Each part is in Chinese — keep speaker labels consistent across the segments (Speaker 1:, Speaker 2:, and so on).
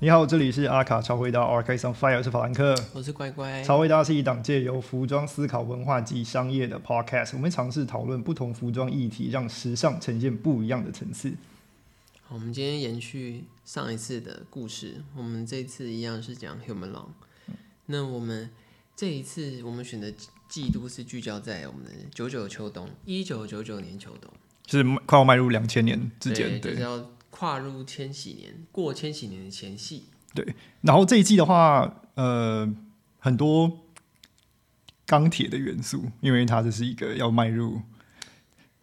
Speaker 1: 你好，这里是阿卡超回答 Arcade on Fire，我是法兰克。
Speaker 2: 我是乖乖。
Speaker 1: 超回答是一档借由服装思考文化及商业的 podcast，我们尝试讨论不同服装议题，让时尚呈现不一样的层次。
Speaker 2: 好我们今天延续上一次的故事，我们这一次一样是讲 human long。那我们这一次我们选的季度是聚焦在我们的九九秋冬，一九九九年秋冬
Speaker 1: 是快要迈入两千年之间，
Speaker 2: 对，
Speaker 1: 对
Speaker 2: 就是要跨入千禧年，过千禧年的前夕。
Speaker 1: 然后这一季的话，呃，很多钢铁的元素，因为它这是一个要迈入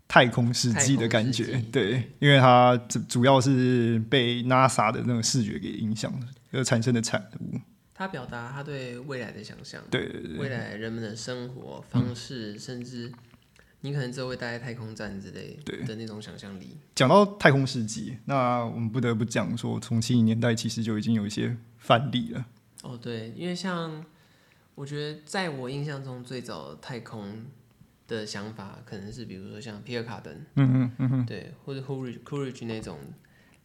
Speaker 1: 太空世纪的感
Speaker 2: 太空
Speaker 1: 觉
Speaker 2: 世纪，
Speaker 1: 对，因为它主主要是被 NASA 的那种视觉给影响而产生的产物，
Speaker 2: 他表达他对未来的想象，
Speaker 1: 对对对
Speaker 2: 未来人们的生活方式，甚至你可能之后会待在太空站之类
Speaker 1: 对
Speaker 2: 的那种想象力。
Speaker 1: 讲到太空世纪，那我们不得不讲说，从七零年代其实就已经有一些范例了。
Speaker 2: 哦，对，因为像我觉得，在我印象中，最早太空的想法可能是比如说像皮尔卡登，
Speaker 1: 嗯嗯嗯哼，
Speaker 2: 对，或者 Coolidge Coolidge 那种，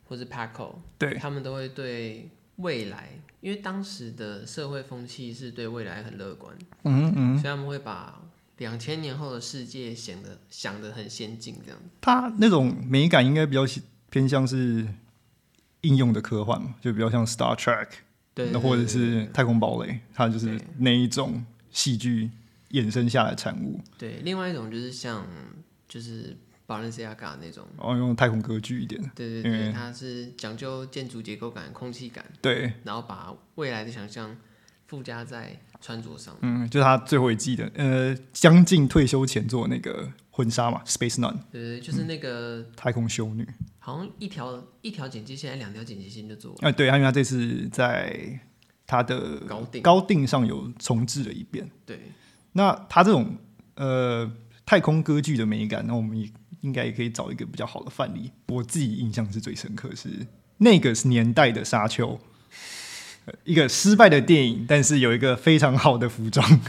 Speaker 2: 或是 Paco，
Speaker 1: 对
Speaker 2: 他们都会对未来，因为当时的社会风气是对未来很乐观，
Speaker 1: 嗯嗯，
Speaker 2: 所以他们会把两千年后的世界显得想得很先进这样。
Speaker 1: 它那种美感应该比较偏向是应用的科幻嘛，就比较像 Star Trek，
Speaker 2: 对，
Speaker 1: 那或者
Speaker 2: 对对
Speaker 1: 是太空堡垒，它就是
Speaker 2: 对
Speaker 1: 那一种戏剧衍生下来的产物，
Speaker 2: 对，另外一种就是像就是 Balenciaga 那种。
Speaker 1: 然后哦用太空歌剧一点。
Speaker 2: 对对
Speaker 1: 因为
Speaker 2: 对，它是讲究建筑结构感、空气感，
Speaker 1: 对，
Speaker 2: 然后把未来的想象附加在穿着上。
Speaker 1: 嗯，就是他最后一季的，呃，将近退休前做的那个婚纱嘛，Space Nun
Speaker 2: 对对，对就是那个、
Speaker 1: 太空修女。
Speaker 2: 好像一条一条剪接线，还是两条剪接线就做完。
Speaker 1: 啊、对，他因为他这次在他的
Speaker 2: 高定
Speaker 1: 高定上有重置了一遍。
Speaker 2: 对，
Speaker 1: 那他这种呃太空歌剧的美感，那我们也应该也可以找一个比较好的范例。我自己印象是最深刻是那个年代的沙丘。 呃一个失败的电影，但是有一个非常好的服装，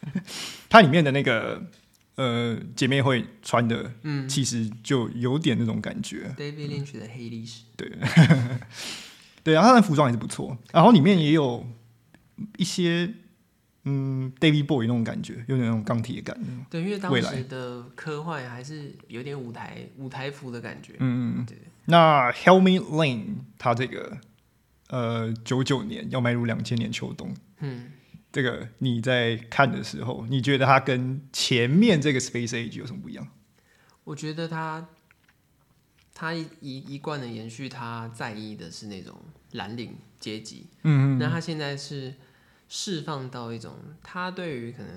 Speaker 1: 它里面的那个呃姐妹会穿的，
Speaker 2: 嗯
Speaker 1: 其实就有点那种感觉。
Speaker 2: ，David Lynch 的黑历史。
Speaker 1: 对啊，他的服装也是不错，然后里面也有一些嗯，David Boy 那种感觉，有点那种钢铁感。
Speaker 2: 对，因为当
Speaker 1: 未来
Speaker 2: 时的科幻还是有点舞台舞台服的感觉。
Speaker 1: 嗯，
Speaker 2: 对
Speaker 1: 那 Helmy Lane 他这个呃九九年要迈入两千年秋冬，
Speaker 2: 嗯，
Speaker 1: 这个你在看的时候，你觉得它跟前面这个 Space Age 有什么不一样？
Speaker 2: 我觉得他他一一一贯的延续，他在意的是那种蓝领阶级。
Speaker 1: 嗯
Speaker 2: 那他现在是释放到一种，他对于可能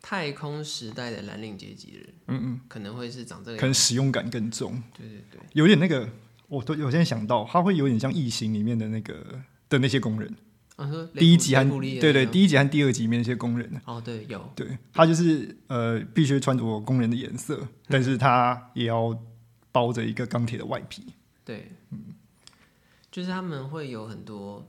Speaker 2: 太空时代的蓝领阶级的人，
Speaker 1: 嗯嗯，
Speaker 2: 可能会是长这个
Speaker 1: 可能使用感更重，
Speaker 2: 样。对对对，
Speaker 1: 有点那个，我都我现在想到，它会有点像异形里面的那个的那些工人，
Speaker 2: 啊，说雷
Speaker 1: 第一
Speaker 2: 普
Speaker 1: 集
Speaker 2: 雷
Speaker 1: 和
Speaker 2: 普利的
Speaker 1: 对
Speaker 2: 那
Speaker 1: 对
Speaker 2: 种
Speaker 1: 第一集和第二集里面那些工人。啊
Speaker 2: 哦对有，
Speaker 1: 对他就是呃，必须穿着工人的颜色，但是他也要包着一个钢铁的外皮。
Speaker 2: 对，
Speaker 1: 嗯
Speaker 2: 就是他们会有很多，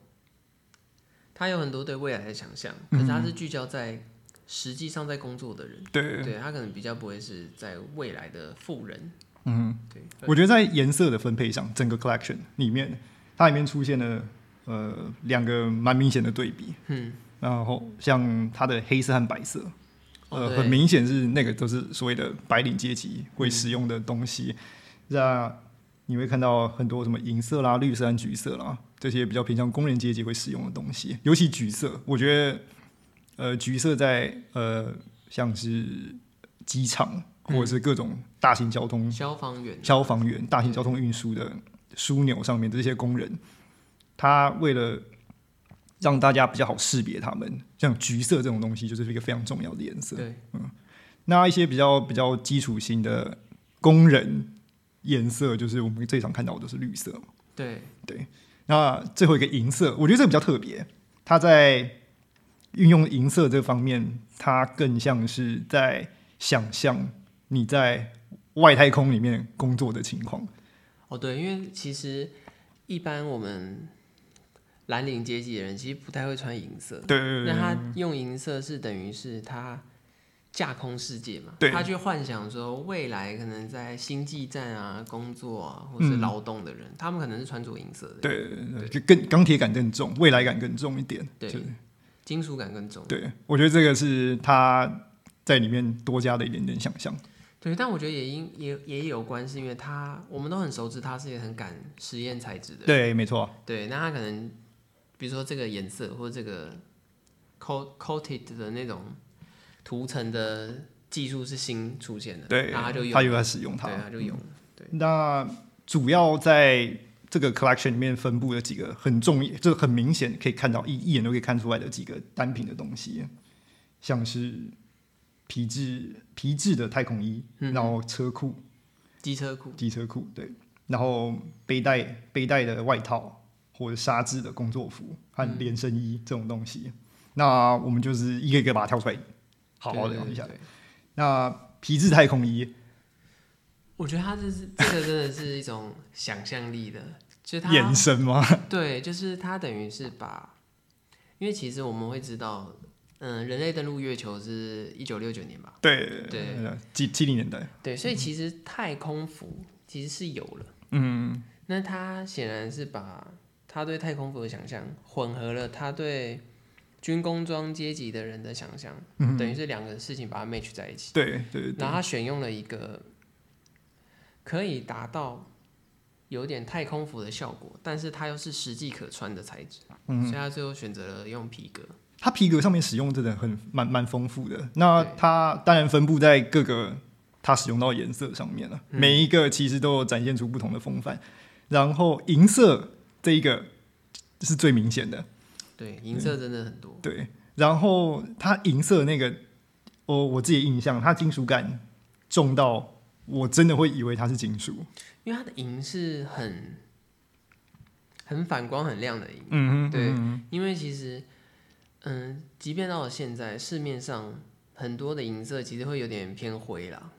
Speaker 2: 他有很多对未来的想象，
Speaker 1: 嗯
Speaker 2: 可是他是聚焦在实际上在工作的人，
Speaker 1: 对，
Speaker 2: 对他可能比较不会是在未来的富人，
Speaker 1: 嗯，
Speaker 2: 对，
Speaker 1: 我觉得在颜色的分配上，整个 collection 里面，它里面出现了呃两个蛮明显的对比。
Speaker 2: 嗯，
Speaker 1: 然后像它的黑色和白色，
Speaker 2: 哦
Speaker 1: 呃，
Speaker 2: 对
Speaker 1: 很明显是那个都是所谓的白领阶级会使用的东西。
Speaker 2: 嗯
Speaker 1: 那你会看到很多什么银色啦、绿色和橘色啦，这些比较偏向工人阶级会使用的东西，尤其橘色，我觉得呃橘色在呃像是机场或者是各种大型交通、
Speaker 2: 消防员，
Speaker 1: 消防员、大型交通运输的枢纽上面的这些工人，他为了让大家比较好识别他们，像橘色这种东西就是一个非常重要的颜色。
Speaker 2: 对，
Speaker 1: 那一些比较比较基础型的工人颜色，就是我们最常看到的是绿色。
Speaker 2: 对，
Speaker 1: 那最后一个银色，我觉得这个比较特别，它在运用银色这方面，它更像是在想象你在外太空里面工作的情况。
Speaker 2: 哦，对，因为其实一般我们蓝领
Speaker 1: 嗯
Speaker 2: 阶级的人其实不太会穿银色，
Speaker 1: 对对对对，
Speaker 2: 那他用银色是等于是他架空世界嘛，
Speaker 1: 对
Speaker 2: 他去幻想说未来可能在星际战啊、工作啊，或
Speaker 1: 嗯
Speaker 2: 是劳动的人，他们可能是穿着银色的，
Speaker 1: 对，对就更钢铁感更重，未来感更重一点。
Speaker 2: 对
Speaker 1: 就
Speaker 2: 金属感更重。
Speaker 1: 对，我觉得这个是他在里面多加的一点点想象。
Speaker 2: 对，但我觉得也因也也有关系，因为他我们都很熟知，他是一个很敢实验材质的人。
Speaker 1: 对，没错啊，
Speaker 2: 对，那他可能比如说这个颜色或者这个 coat coated 的那种涂层的技术是新出现的，
Speaker 1: 对，
Speaker 2: 那他就有，
Speaker 1: 他有嗯在使用它
Speaker 2: 对，。他就有。
Speaker 1: 那主要在这个 collection 里面分布的几个很重，就是很明显可以看到一一眼都可以看出来的几个单品的东西，像是皮质皮质的太空衣，
Speaker 2: 嗯
Speaker 1: 然后车库、
Speaker 2: 机车库，
Speaker 1: 机车库，对，然后背带背带的外套或者纱质的工作服和
Speaker 2: 嗯
Speaker 1: 连身衣这种东西，那我们就是一个一个把它挑出来，好好
Speaker 2: 对
Speaker 1: 聊一下。。
Speaker 2: 对对对
Speaker 1: 那皮质太空衣
Speaker 2: 我觉得他这是这个真的是一种想象力的，就是他
Speaker 1: 延伸吗？
Speaker 2: 对，就是它等于是把，因为其实我们会知道，嗯，人类登陆月球是一九六九年吧？
Speaker 1: 对呃
Speaker 2: 对，
Speaker 1: 七七零年代。
Speaker 2: 对，所以其实太空服其实是有了。
Speaker 1: 嗯，
Speaker 2: 那他显然是把他对太空服的想象混合了他对军工装阶级的人的想象，等于是两个事情把它 match 在一起。
Speaker 1: 对嗯对
Speaker 2: 然
Speaker 1: 对
Speaker 2: 后他选用了一个可以达到有点太空服的效果，但是它又是实际可穿的材质，
Speaker 1: 嗯
Speaker 2: 所以他最后选择了用皮革。
Speaker 1: 它皮革上面使用真的很蛮蛮丰富的。那
Speaker 2: 对
Speaker 1: 它当然分布在各个它使用到的颜色上面了，啊
Speaker 2: 嗯
Speaker 1: 每一个其实都有展现出不同的风范。然后银色这一个是最明显的，
Speaker 2: 对，银色真的很多，
Speaker 1: 对。然后它银色那个，我我自己印象，它金属感重到我真的会以为它是金属。
Speaker 2: 因为它的银是很很反光、很亮的银。
Speaker 1: 嗯
Speaker 2: 对，因为其实，嗯，即便到了现在，市面上很多的银色其实会有点偏灰啦，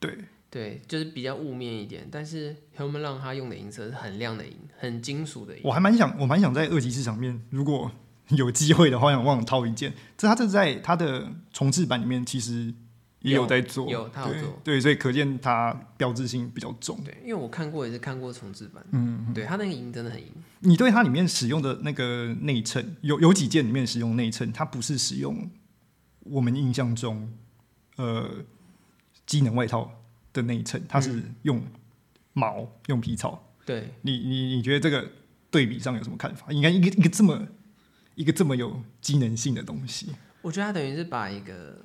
Speaker 1: 对，
Speaker 2: 对，就是比较雾面一点。但是 Human 让他用的银色是很亮的银，很金属的银。
Speaker 1: 我还蛮想，我蛮想在二级市场面，如果有机会的话，想忘了掏一件。这它这在它的重置版里面其实也有在做，
Speaker 2: 有有它有
Speaker 1: 对
Speaker 2: 做
Speaker 1: 对，所以可见它标志性比较重。
Speaker 2: 对，因为我看过也是看过重置版，嗯，对，它那个银真的很银，
Speaker 1: 你对它里面使用的那个内衬，有有几件里面使用内衬，它不是使用我们印象中呃机能外套的内衬，它是
Speaker 2: 嗯
Speaker 1: 用毛、用皮草。
Speaker 2: 对，
Speaker 1: 你你你觉得这个对比上有什么看法？应该一个一个这么一个这么有机能性的东西，
Speaker 2: 我觉得它等于是把一个，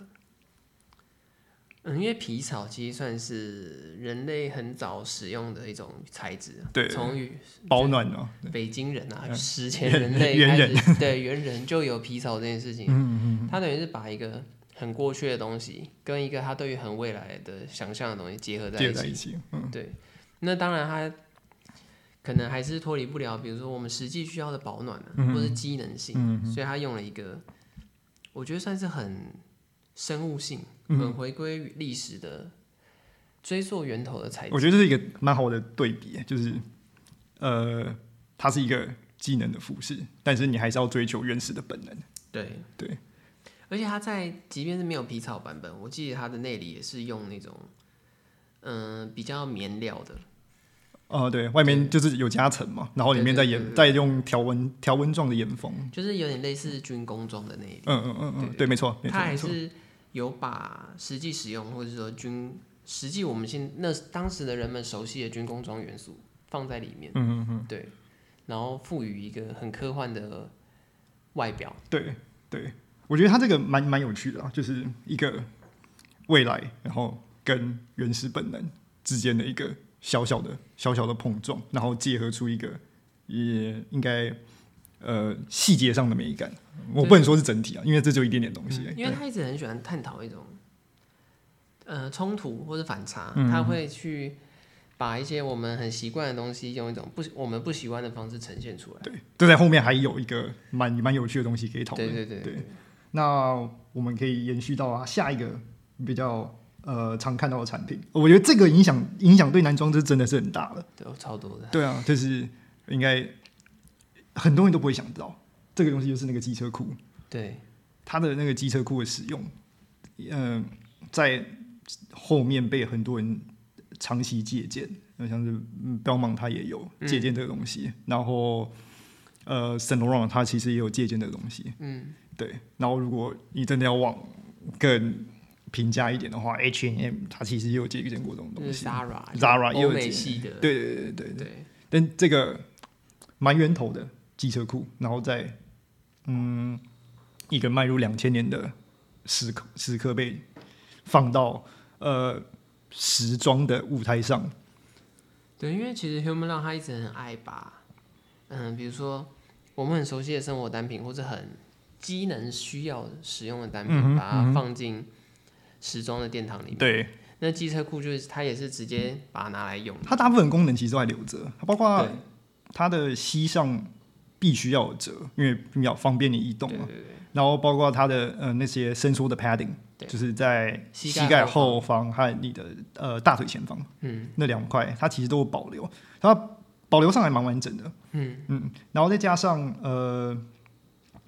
Speaker 2: 嗯，因为皮草其实算是人类很早使用的一种材质，啊
Speaker 1: 对
Speaker 2: 从于
Speaker 1: 保暖哦、
Speaker 2: 北京人啊，
Speaker 1: 嗯
Speaker 2: 史前人类
Speaker 1: 猿
Speaker 2: 开
Speaker 1: 人
Speaker 2: 始对猿人就有皮草这件事情，嗯嗯，他等于是把一个很过去的东西跟一个他对于很未来的想象的东西结合在
Speaker 1: 接
Speaker 2: 一
Speaker 1: 在一
Speaker 2: 起，
Speaker 1: 起，嗯，
Speaker 2: 对，那当然它可能还是脱离不了，比如说我们实际需要的保暖、
Speaker 1: 嗯
Speaker 2: 啊或是机能性，所以它用了一个我觉得算是很生物性、
Speaker 1: 嗯
Speaker 2: 很回归历史的追溯源头的材质。
Speaker 1: 我觉得这是一个蛮好的对比，就是呃，它是一个机能的服饰，但是你还是要追求原始的本能。
Speaker 2: 对
Speaker 1: 对，
Speaker 2: 而且它在即便是没有皮草版本，我记得它的内里也是用那种嗯、比较棉料的，
Speaker 1: 哦、对，外面就是有夹层嘛，然后里面再
Speaker 2: 对对对
Speaker 1: 延再用条纹条纹状的岩缝，
Speaker 2: 就是有点类似军工装的内里。
Speaker 1: 嗯嗯嗯嗯，对，没错，没
Speaker 2: 他
Speaker 1: 错，
Speaker 2: 还
Speaker 1: 没错，
Speaker 2: 是有把实际使用或者说军实际我们现那当时的人们熟悉的军工装元素放在里面，
Speaker 1: 嗯嗯嗯，
Speaker 2: 对，然后赋予一个很科幻的外表，
Speaker 1: 对对，我觉得它这个蛮蛮有趣的啊，就是一个未来，然后跟原始本能之间的一个小小的小小的碰撞，然后结合出一个也应该呃细节上的美感。我不能说是整体啊，因为这就一点点东西而已。
Speaker 2: 因为
Speaker 1: 对
Speaker 2: 他一直很喜欢探讨一种呃冲突或者反差，
Speaker 1: 嗯
Speaker 2: 他会去把一些我们很习惯的东西用一种不我们不习惯的方式呈现出来。
Speaker 1: 对，就在后面还有一个蛮蛮有趣的东西可以讨论
Speaker 2: 对。对对
Speaker 1: 对那我们可以延续到啊下一个比较呃常看到的产品，我觉得这个影响影响对男装这真的是很大了。
Speaker 2: 对，超多的。
Speaker 1: 对啊，就是应该很多人都不会想到这个东西，就是那个机车库，
Speaker 2: 对，
Speaker 1: 它的那个机车库的使用，嗯、在后面被很多人长期借鉴，那像是嗯彪芒他也有借鉴这个东西，然后呃圣罗朗他其实也有借鉴这个东西，
Speaker 2: 嗯，
Speaker 1: 对。然后如果你真的要往更平价一点的话，H&M 它其实也有借鉴过这种
Speaker 2: 就
Speaker 1: 东
Speaker 2: 是
Speaker 1: 西，
Speaker 2: Zara
Speaker 1: Zara 也有
Speaker 2: 欧美
Speaker 1: 解
Speaker 2: 系的，
Speaker 1: 对对对对对。
Speaker 2: 对，
Speaker 1: 但这个蛮源头的机车库，然后再嗯，一个迈入两千年的时刻时刻被放到呃时装的舞台上，
Speaker 2: 对，因为其实 Human Love 他一直很爱把，嗯，比如说我们很熟悉的生活单品，或者很机能需要使用的单品，
Speaker 1: 嗯哼
Speaker 2: 把它放进时装的殿堂里面。
Speaker 1: 对
Speaker 2: 那机车库就是它也是直接把它拿来用的。
Speaker 1: 它大部分功能其实都还留着，它包括
Speaker 2: 对
Speaker 1: 它的膝上必须要有折，因为比较方便你移动
Speaker 2: 对
Speaker 1: 嘛
Speaker 2: 对，对，
Speaker 1: 然后包括它的呃那些伸缩的 padding，
Speaker 2: 嗯对
Speaker 1: 就是在
Speaker 2: 膝
Speaker 1: 膝
Speaker 2: 盖
Speaker 1: 盖
Speaker 2: 后
Speaker 1: 后方和你的呃大腿前方。
Speaker 2: 嗯
Speaker 1: 那两块，它其实都有保留，它保留上还蛮完整的。
Speaker 2: 嗯
Speaker 1: 嗯，然后再加上呃，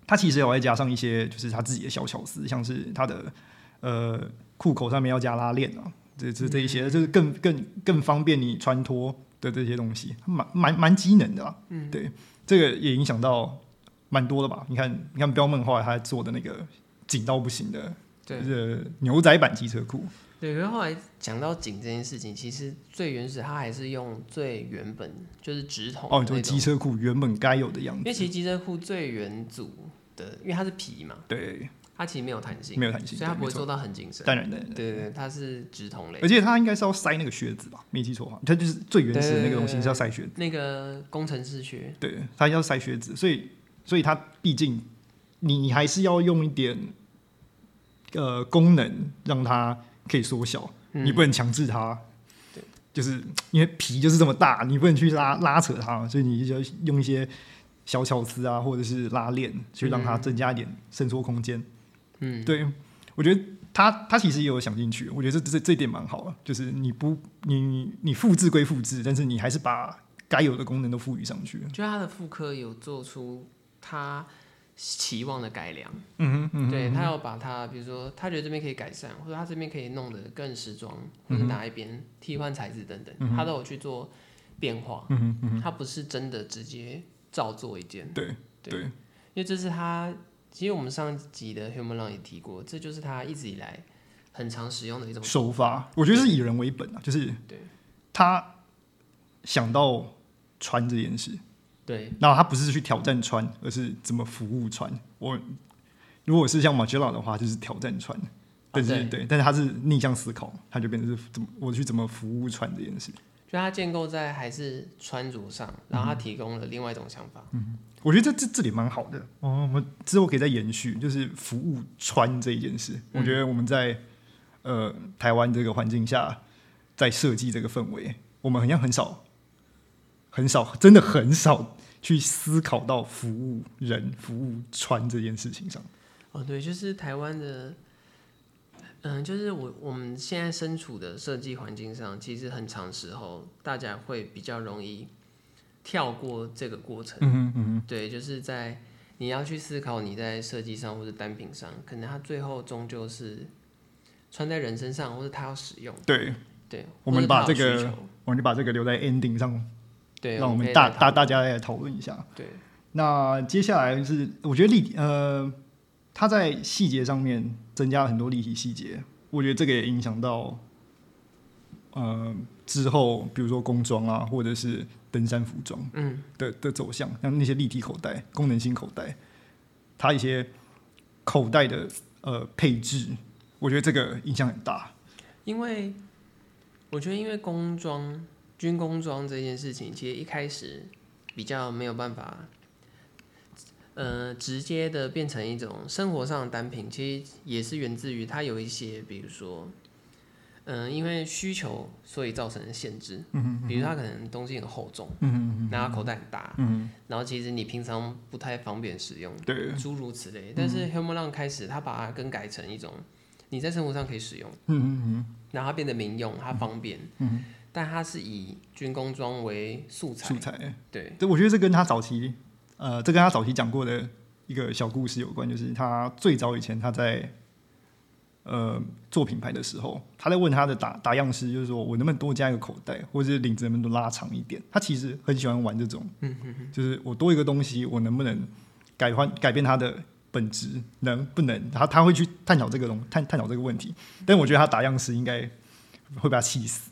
Speaker 1: 它其实有再加上一些就是它自己的小巧思，像是它的呃裤口上面要加拉链啊，这这这一
Speaker 2: 嗯
Speaker 1: 些、就是更更更方便你穿脱的这些东西，蛮蛮蛮机能的啦。嗯，对，这个也影响到蛮多的吧？你看你看彪梦后来他做的那个紧到不行的，
Speaker 2: 对
Speaker 1: 就是牛仔版机车裤，
Speaker 2: 对。然后后来讲到紧这件事情，其实最原始它还是用最原本就是直筒的
Speaker 1: 哦，你说
Speaker 2: 那
Speaker 1: 机
Speaker 2: 种，
Speaker 1: 车裤原本该有的样
Speaker 2: 因
Speaker 1: 子
Speaker 2: 为，其实机车库最原祖的，因为它是皮嘛，
Speaker 1: 对。
Speaker 2: 它其实没有弹性，
Speaker 1: 没有弹性，
Speaker 2: 所以它
Speaker 1: 对
Speaker 2: 不会
Speaker 1: 没错
Speaker 2: 做到很紧身。
Speaker 1: 当然的。
Speaker 2: 对对对，它是直筒类
Speaker 1: 而。且它应该是要塞那个靴子吧？没记错的话，它就是最原始的那个东西
Speaker 2: 对
Speaker 1: 是要塞靴子，
Speaker 2: 那个工程师学，
Speaker 1: 对，它要塞靴子，所以所以它毕竟你你还是要用一点呃功能让它可以缩小，
Speaker 2: 嗯
Speaker 1: 你不能强制它
Speaker 2: 对，
Speaker 1: 就是因为皮就是这么大，你不能去拉拉扯它，所以你就要用一些小巧思啊，或者是拉链去让它增加一点伸缩空间。
Speaker 2: 嗯，
Speaker 1: 对，我觉得他他其实也有想进去，我觉得这这这点蛮好的，啊就是你不你你你复制归复制，但是你还是把该有的功能都赋予上去。
Speaker 2: 就它的妇科有做出它期望的改良，
Speaker 1: 嗯哼，嗯
Speaker 2: 对他要把它，比如说他觉得这边可以改善，或者他这边可以弄得更时装，或
Speaker 1: 嗯
Speaker 2: 者哪一边替换材质等等，他都有去做变化，
Speaker 1: 嗯哼，
Speaker 2: 他不是真的直接照做一件，
Speaker 1: 对
Speaker 2: 对
Speaker 1: 对
Speaker 2: 因为这是他，其实我们上集的 Human Long 也提过，这就是他一直以来很常使用的一种
Speaker 1: 手法，我觉得是以人为本啊，就是
Speaker 2: 对
Speaker 1: 他想到穿这件事，
Speaker 2: 对
Speaker 1: 然后他不是去挑战穿，而是怎么服务穿。我如果是像马吉拉的话，就是挑战穿。但是、
Speaker 2: 啊对
Speaker 1: 对，但是他是逆向思考，他就变成是怎么我去怎么服务穿这件事。
Speaker 2: 就它建构在还是穿着上，然
Speaker 1: 嗯
Speaker 2: 后它提供了另外一种想法。
Speaker 1: 我觉得这这这点蛮好的哦。我们之后可以再延续，就是服务穿这一件事。
Speaker 2: 嗯
Speaker 1: 我觉得我们在呃台湾这个环境下，在设计这个氛围，我们好像很少、很少，真的很少去思考到服务人、服务穿这件事情上。
Speaker 2: 哦，对，就是台湾的，嗯、就是我我们现在身处的设计环境上，其实很长时候大家会比较容易跳过这个过程。
Speaker 1: 嗯嗯
Speaker 2: 对，就是在你要去思考你在设计上或者单品上，可能它最后终究是穿在人身上，或者它要使用。
Speaker 1: 对，
Speaker 2: 对，
Speaker 1: 我
Speaker 2: 或
Speaker 1: 们
Speaker 2: 者
Speaker 1: 把
Speaker 2: 它有
Speaker 1: 这个
Speaker 2: 需求
Speaker 1: 我们就把这个留在 ending 上，
Speaker 2: 对，
Speaker 1: 让我
Speaker 2: 可
Speaker 1: 们
Speaker 2: 以
Speaker 1: 大
Speaker 2: 再
Speaker 1: 大
Speaker 2: 讨
Speaker 1: 大家来讨论一下。
Speaker 2: 对
Speaker 1: 那接下来是我觉得立呃，它在细节上面增加了很多立体细节，我觉得这个也影响到呃之后，比如说工装啊，或者是登山服装
Speaker 2: 嗯
Speaker 1: 的的走向，像那些立体口袋、功能性口袋，它一些口袋的呃配置，我觉得这个影响很大。
Speaker 2: 因为我觉得，因为工装、军工装这件事情，其实一开始比较没有办法，呃，直接的变成一种生活上的单品，其实也是源自于它有一些，比如说，嗯、因为需求所以造成的限制，嗯比如它可能东西很厚重，嗯然后口袋很大，嗯，然后其实你平常不太方便使用，
Speaker 1: 对，
Speaker 2: 诸如此类。但
Speaker 1: 嗯
Speaker 2: 是 Helm 浪开始，他把它更改成一种你在生活上可以使用，嗯嗯嗯，然后它变得民用，它方便，嗯，但它是以军工装为素材
Speaker 1: 素，材，
Speaker 2: 对，
Speaker 1: 这我觉得这跟他早期，呃，这跟他早期讲过的一个小故事有关，就是他最早以前他在呃做品牌的时候，他在问他的打打样师，就是说我能不能多加一个口袋，或者是领子能不能多拉长一点？他其实很喜欢玩这种，就是我多一个东西，我能不能改换改变它的本质，能不能？他他会去探讨这个东探探讨这个问题，但我觉得他打样师应该会被他气死。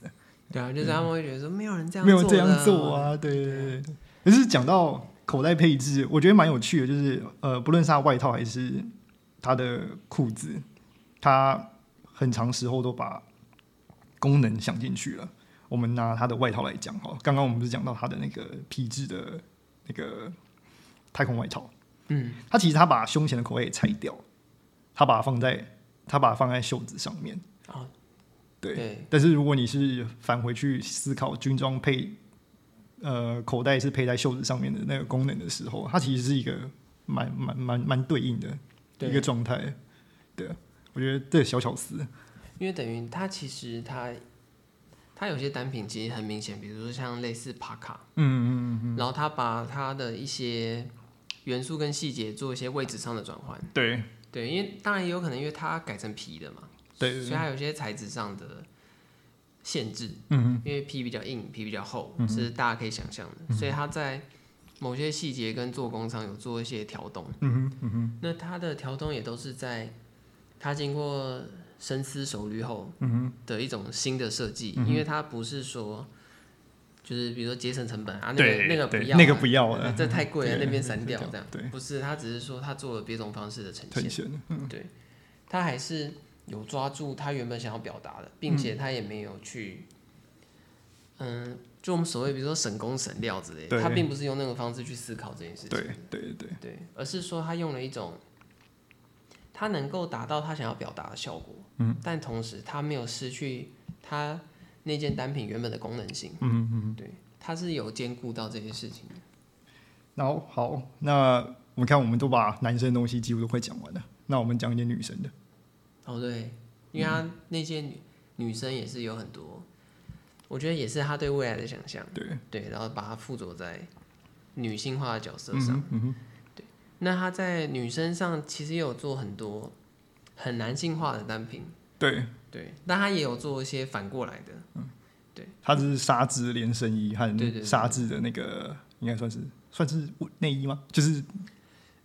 Speaker 2: 对啊，就是他们会觉得说没有人这样
Speaker 1: 嗯没有
Speaker 2: 做
Speaker 1: 这样
Speaker 2: 的
Speaker 1: 做啊，对对对。对可是讲到口袋配置，我觉得蛮有趣的，就是呃，不论是他外套还是他的裤子，他很长时候都把功能想进去了。我们拿他的外套来讲哈，刚刚我们不是讲到他的那个皮质的那个太空外套，嗯，他其实他把胸前的口袋也拆掉，他把它放在他把它放在袖子上面。对
Speaker 2: 对，
Speaker 1: 但是如果你是返回去思考军装配，呃，口袋是配在袖子上面的那个功能的时候，它其实是一个蛮蛮蛮蛮对应的
Speaker 2: 对
Speaker 1: 一个状态。对，我觉得这小巧思，
Speaker 2: 因为等于它其实它它有些单品其实很明显，比如说像类似帕卡，
Speaker 1: 嗯嗯，
Speaker 2: 然后它把它的一些元素跟细节做一些位置上的转换。
Speaker 1: 对
Speaker 2: 对，因为当然也有可能，因为它改成皮的嘛，
Speaker 1: 对
Speaker 2: 所以它有些材质上的限制。
Speaker 1: 嗯，
Speaker 2: 因为皮比较硬，皮比较厚，是大家可以想象的，所以它在某些细节跟做工上有做一些调动。嗯哼，嗯哼。那它的调动也都是在它经过深思熟虑后，
Speaker 1: 嗯
Speaker 2: 的一种新的设计，因为它不是说。就是比如说节省成本啊，那个
Speaker 1: 对
Speaker 2: 那个
Speaker 1: 对
Speaker 2: 不要啊，
Speaker 1: 那个不要了
Speaker 2: 这太贵 了，
Speaker 1: 对
Speaker 2: 那边删掉
Speaker 1: 对
Speaker 2: 这样。
Speaker 1: 对
Speaker 2: 不是，他只是说他做了别种方式的呈现
Speaker 1: 很。显，
Speaker 2: 他还是有抓住他原本想要表达的，并且
Speaker 1: 嗯
Speaker 2: 他也没有去，嗯，就我们所谓比如说省工省料之类的，
Speaker 1: 对
Speaker 2: 他并不是用那个方式去思考这件事情，
Speaker 1: 对对对对，
Speaker 2: 对而是说他用了一种他能够达到他想要表达的效果，嗯，但同时他没有失去他那件单品原本的功能性，
Speaker 1: 嗯嗯。
Speaker 2: 对，他是有兼顾到这些事情的，
Speaker 1: 然后好，那我们看，我们都把男生的东西几乎都快讲完了，那我们讲一点女生的。
Speaker 2: 哦，对，因为他
Speaker 1: 嗯
Speaker 2: 那些女、女生也是有很多，我觉得也是他对未来的想象，
Speaker 1: 对，
Speaker 2: 对，然后把它附着在女性化的角色
Speaker 1: 嗯
Speaker 2: 上，对。那他在女生上其实也有做很多很男性化的单品，
Speaker 1: 对，
Speaker 2: 对，但他也有做一些反过来的，
Speaker 1: 它是纱质连身衣和
Speaker 2: 对对对
Speaker 1: 纱质的那个，应该算是算是内衣吗？就是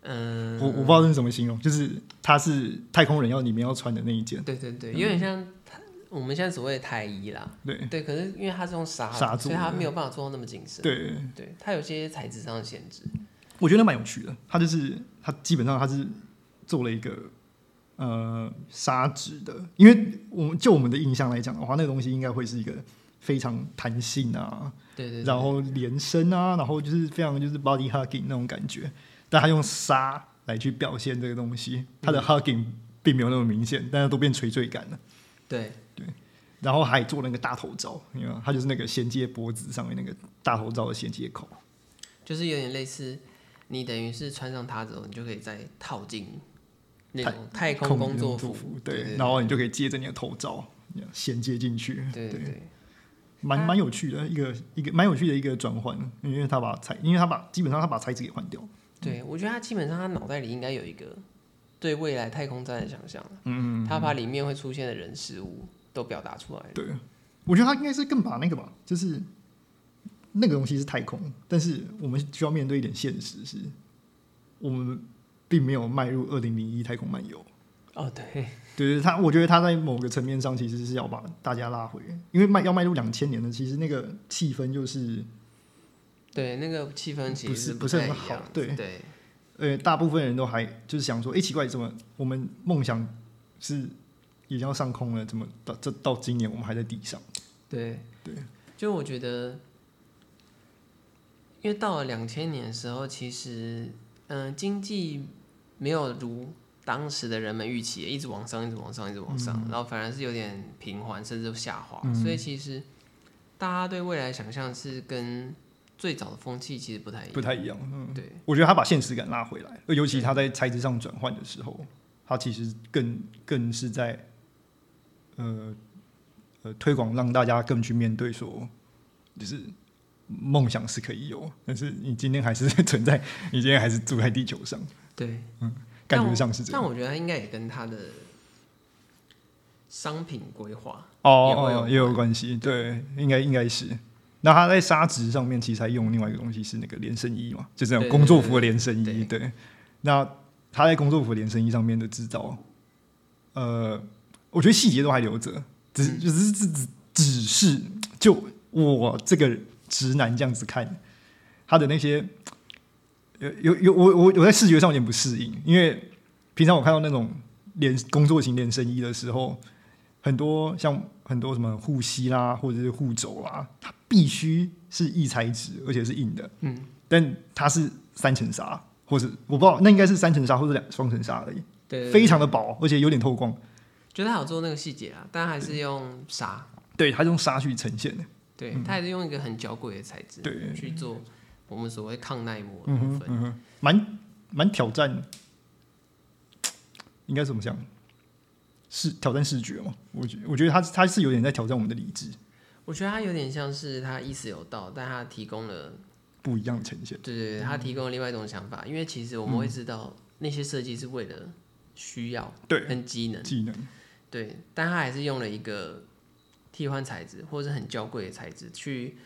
Speaker 2: 嗯，
Speaker 1: 我我不知道这是怎么形容，就是它是太空人要里面要穿的那一件，
Speaker 2: 对对对，有点像他我们现在所谓的台衣啦，
Speaker 1: 对
Speaker 2: 对，可是因为它是用纱的，
Speaker 1: 纱做
Speaker 2: 所以它
Speaker 1: 的
Speaker 2: 没有办法做到那么紧身，
Speaker 1: 对，
Speaker 2: 对，它有些材质上的限制，
Speaker 1: 我觉得蛮有趣的。它就是它基本上它是做了一个呃纱质的，因为我们就我们的印象来讲的话，那个东西应该会是一个非常弹性啊，
Speaker 2: 对对对，
Speaker 1: 然后连身啊，然后就是非常就是 body hugging 那种感觉，但它用纱来去表现这个东西，它
Speaker 2: 嗯
Speaker 1: 的 hugging 并没有那么明显，但是都变垂坠感了。
Speaker 2: 对，
Speaker 1: 然后还做了那个大头罩，你看它就是那个衔接脖子上面那个大头罩的衔接口。
Speaker 2: 就是有点类似，你等于是穿上它之后，你就可以再套进那种太空工作服，
Speaker 1: 对，
Speaker 2: 对
Speaker 1: 然后你就可以接着你的头罩这样衔接进去，
Speaker 2: 对对对
Speaker 1: 蛮蛮有趣的一个一个蛮有趣的一个转换，因为他把材，因为他把基本上他把材质给换掉了，
Speaker 2: 对，我觉得他基本上他脑袋里应该有一个对未来太空站的想象，嗯，他把里面会出现的人事物都表达出来了，
Speaker 1: 对，我觉得他应该是更把那个吧，就是那个东西是太空，但是我们需要面对一点现实是，我们并没有迈入二零零一太空漫游。
Speaker 2: 哦，对，
Speaker 1: 对对，他我觉得他在某个层面上其实是要把大家拉回，因为迈要迈入两千年的，其实那个气氛就是，
Speaker 2: 对，那个气氛其实
Speaker 1: 不是
Speaker 2: 不
Speaker 1: 不是
Speaker 2: 太
Speaker 1: 很
Speaker 2: 一
Speaker 1: 好
Speaker 2: 样，
Speaker 1: 对
Speaker 2: 对
Speaker 1: 呃，大部分人都还就是想说，哎，奇怪，怎么我们梦想是已经要上空了，怎么到这到今年我们还在地上？
Speaker 2: 对
Speaker 1: 对，
Speaker 2: 就我觉得，因为到了两千年的时候，其实嗯、呃经济没有如当时的人们预期，一直往上，一直往上，一直往
Speaker 1: 嗯
Speaker 2: 上，然后反而是有点平缓，甚至下滑。所以其实大家对未来想象是跟最早的风气其实不太一
Speaker 1: 不
Speaker 2: 样。
Speaker 1: 太一样。嗯，
Speaker 2: 对
Speaker 1: 我觉得他把现实感拉回来，呃尤其他在材质上转换的时候，他其实更更是在，呃呃推广让大家更去面对说，就是梦想是可以有，但是你今天还是存在，你今天还是住在地球上，
Speaker 2: 对，
Speaker 1: 感
Speaker 2: 但
Speaker 1: 觉
Speaker 2: 我
Speaker 1: 上是这
Speaker 2: 但
Speaker 1: 样。
Speaker 2: 我觉得他应该也跟他的商品规划，也会有
Speaker 1: 哦，
Speaker 2: 关
Speaker 1: 也有关系，对，应该应该是。那他在砂纸上面其实还用另外一个东西是那个连身衣嘛，就这
Speaker 2: 对
Speaker 1: 种
Speaker 2: 对
Speaker 1: 工作服的连身
Speaker 2: 对
Speaker 1: 衣。对，那他在工作服的连身衣上面的制造，呃，我觉得细节都还留着，只只是只只只是就我这个直男这样子看，他的那些有有有我我我在视觉上有点不适应，因为平常我看到那种连工作型连身衣的时候，很多像很多什么护膝啦，或者是护肘啦，它必须是异材质，而且是硬的。
Speaker 2: 嗯，
Speaker 1: 但它是三层纱，或者我不知道，那应该是三层纱或者两双层纱而已，
Speaker 2: 对对，对
Speaker 1: 非常的薄，而且有点透光。
Speaker 2: 觉得他有做那个细节啊，但还是用纱，
Speaker 1: 对，它是用纱去呈现的。
Speaker 2: 对，他还是用一个很娇贵的材质，
Speaker 1: 嗯对
Speaker 2: 去做我们所谓抗耐磨的
Speaker 1: 嗯
Speaker 2: 部
Speaker 1: 哼，
Speaker 2: 分，
Speaker 1: 嗯哼，蛮蛮挑战，应该怎么讲？是挑战视觉嘛？我觉我觉得它它是有点在挑战我们的理智，
Speaker 2: 我觉得他有点像是他意思有道，但他提供了，
Speaker 1: 不一样的呈现。
Speaker 2: 对对对，他提供了另外一种想法，因为其实我们
Speaker 1: 嗯
Speaker 2: 会知道那些设计是为了需要
Speaker 1: 对，
Speaker 2: 跟机能。
Speaker 1: 技能，
Speaker 2: 对，但他还是用了一个替换材质或者是很娇贵的材质去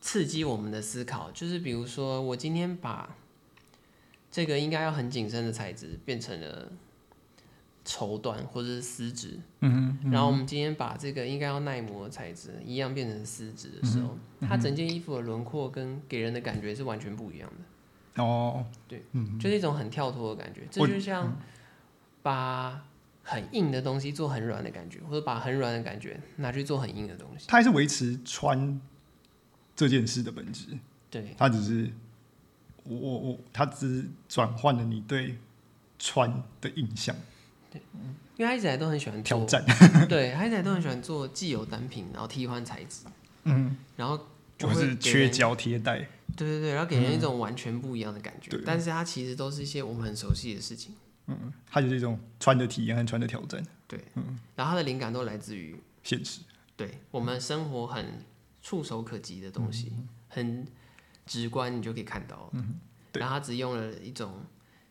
Speaker 2: 刺激我们的思考。就是比如说，我今天把这个应该要很紧身的材质变成了绸缎或者是丝质，
Speaker 1: 嗯
Speaker 2: 然后我们今天把这个应该要耐磨的材质一样变成丝质的
Speaker 1: 嗯
Speaker 2: 时候，它整件衣服的轮廓跟给人的感觉是完全不一样的。
Speaker 1: 哼，哦，
Speaker 2: 就是一种很跳脱的感觉。这
Speaker 1: 我嗯
Speaker 2: 就像把很硬的东西做很软的感觉，或者把很软的感觉拿去做很硬的东西。
Speaker 1: 它还是维持穿这件事的本质，
Speaker 2: 对，
Speaker 1: 它只是我我我，它只是转换了你对穿的印象
Speaker 2: 因为他一直以来都很喜欢
Speaker 1: 挑
Speaker 2: 做，
Speaker 1: 战。
Speaker 2: 对，他一直以来都很喜欢做既有单品，然后替换材质，嗯，然后就
Speaker 1: 我
Speaker 2: 会
Speaker 1: 是
Speaker 2: 给
Speaker 1: 缺
Speaker 2: 人，
Speaker 1: 胶贴带，
Speaker 2: 对对对，然后给人一种完全不一样的感觉。
Speaker 1: 对
Speaker 2: 但是它其实都是一些我们很熟悉的事情，
Speaker 1: 嗯，它就是一种穿的体验和穿的挑战，
Speaker 2: 对，然后它的灵感都来自于
Speaker 1: 现实。
Speaker 2: 对我们生活很触手可及的东西，
Speaker 1: 嗯
Speaker 2: 很直观，你就可以看到。
Speaker 1: 对
Speaker 2: 然后他只用了一种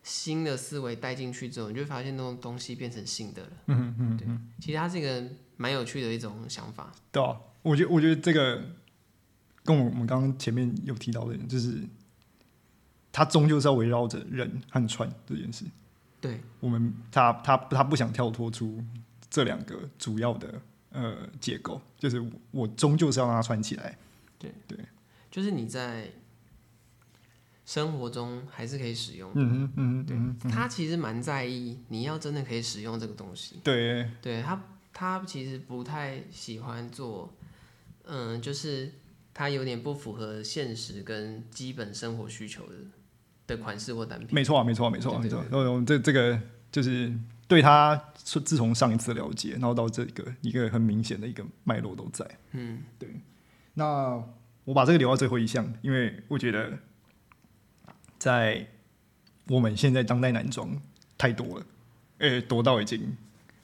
Speaker 2: 新的思维带进去之后，你就会发现那种东西变成新的了。
Speaker 1: 嗯嗯，
Speaker 2: 对，其实它是一个蛮有趣的一种想法。
Speaker 1: 对啊，我觉得我觉得这个跟我我们刚刚前面有提到的，就是它终究是要围绕着人和穿这件事。
Speaker 2: 对，
Speaker 1: 我们他他他不想跳脱出这两个主要的呃结构，就是我我终究是要让它穿起来。
Speaker 2: 就是你在生活中还是可以使用。
Speaker 1: 嗯哼嗯哼嗯
Speaker 2: 他其实蛮在意你要真的可以使用这个东西。
Speaker 1: 哼，对，
Speaker 2: 对他，他其实不太喜欢做，嗯，就是他有点不符合现实跟基本生活需求的的款式或单品。
Speaker 1: 没错啊，没错啊，没错啊，没
Speaker 2: 对对
Speaker 1: 错啊。
Speaker 2: 对
Speaker 1: 然后这这个就是对他自自从上一次了解，然后到这个一个很明显的一个脉络都在。
Speaker 2: 嗯，
Speaker 1: 那我把这个留到最后一项，因为我觉得在我们现在当代男装太多了，呃，多到已经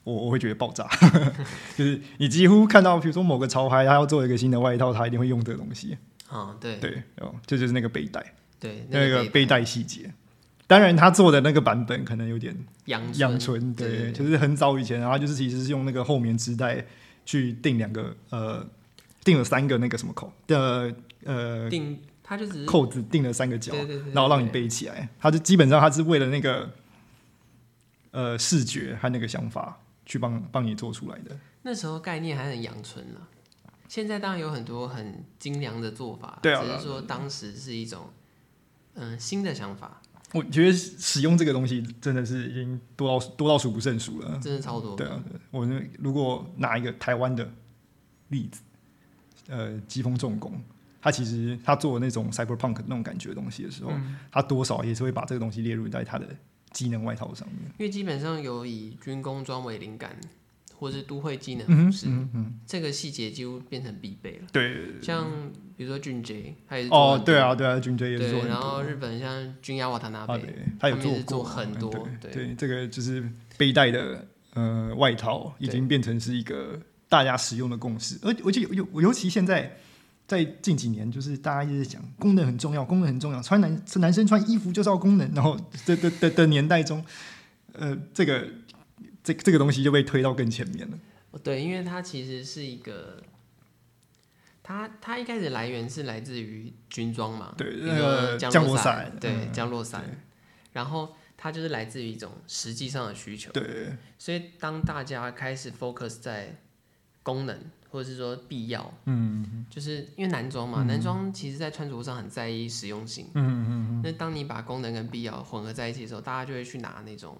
Speaker 1: 我我会觉得爆炸， 就是你几乎看到，比如说某个潮牌，他要做一个新的外套，他一定会用这个东西，
Speaker 2: 啊、对
Speaker 1: 对，哦，这就是那个背带，
Speaker 2: 对，
Speaker 1: 那个
Speaker 2: 个
Speaker 1: 背带细节。当然，他做的那个版本可能有点
Speaker 2: 阳
Speaker 1: 阳
Speaker 2: 春，
Speaker 1: 春，对，
Speaker 2: 对对对
Speaker 1: 就是很早以前，然后就是其实是用那个后棉织带去定两个呃，定了三个那个什么口的呃
Speaker 2: 定他就只是
Speaker 1: 扣子，定了三个角，
Speaker 2: 对对对，
Speaker 1: 然后让你
Speaker 2: 对
Speaker 1: 背起来。他就基本上他是为了那个呃视觉和那个想法去帮帮你做出来的。
Speaker 2: 那时候概念还很阳春呢、现在当然有很多很精良的做法，
Speaker 1: 对啊
Speaker 2: 只
Speaker 1: 对啊
Speaker 2: 是说当时是一种嗯新的想法，
Speaker 1: 我觉得使用这个东西真的是已经多到多到数不胜数了。
Speaker 2: 真的超多。
Speaker 1: 对啊，我那如果拿一个台湾的例子，呃，疾风重工，他其实他做那种 cyberpunk 那种感觉的东西的时候，
Speaker 2: 嗯
Speaker 1: 他多少也是会把这个东西列入在他的机能外套上面。
Speaker 2: 因为基本上有以军工装为灵感，或是都会机能
Speaker 1: 嗯
Speaker 2: 服
Speaker 1: 哼
Speaker 2: 饰，
Speaker 1: 嗯嗯，
Speaker 2: 这个细节几乎变成必备了。
Speaker 1: 对，
Speaker 2: 像比如说俊杰，他也是做
Speaker 1: 哦，
Speaker 2: 很多
Speaker 1: 对，啊，对啊，军队也是做
Speaker 2: 对，
Speaker 1: 很
Speaker 2: 然
Speaker 1: 多
Speaker 2: 后。日本像君亚瓦塔纳
Speaker 1: 啊，
Speaker 2: 贝，
Speaker 1: 对，他有
Speaker 2: 他们
Speaker 1: 做
Speaker 2: 也是做
Speaker 1: 过
Speaker 2: 很
Speaker 1: 嗯
Speaker 2: 多
Speaker 1: 对
Speaker 2: 对
Speaker 1: 对，这个就是背带的呃外套已经变成是一个大家使用的共识，而而且尤尤尤其现在在近几年，就是大家一直讲功能很重要，功能很重要，穿男男生穿衣服就是要功能，然后的的的的年代中，呃，这个这这个东西就被推到更前面了。
Speaker 2: 哦对，因为它其实是一个，它它一开始来源是来自于军装嘛，
Speaker 1: 对
Speaker 2: 比如
Speaker 1: 那
Speaker 2: 说
Speaker 1: 个
Speaker 2: 降
Speaker 1: 降落伞
Speaker 2: 伞，对
Speaker 1: 嗯
Speaker 2: 降落伞，然后它就是来自于一种实际上的需求，
Speaker 1: 对，
Speaker 2: 所以当大家开始 focus 在功能或者是说必要，嗯，就是因为男装嘛，男装其实在穿着上很在意实用性，嗯嗯嗯，那当你把功能跟必要混合在一起的时候，大家就会去拿那种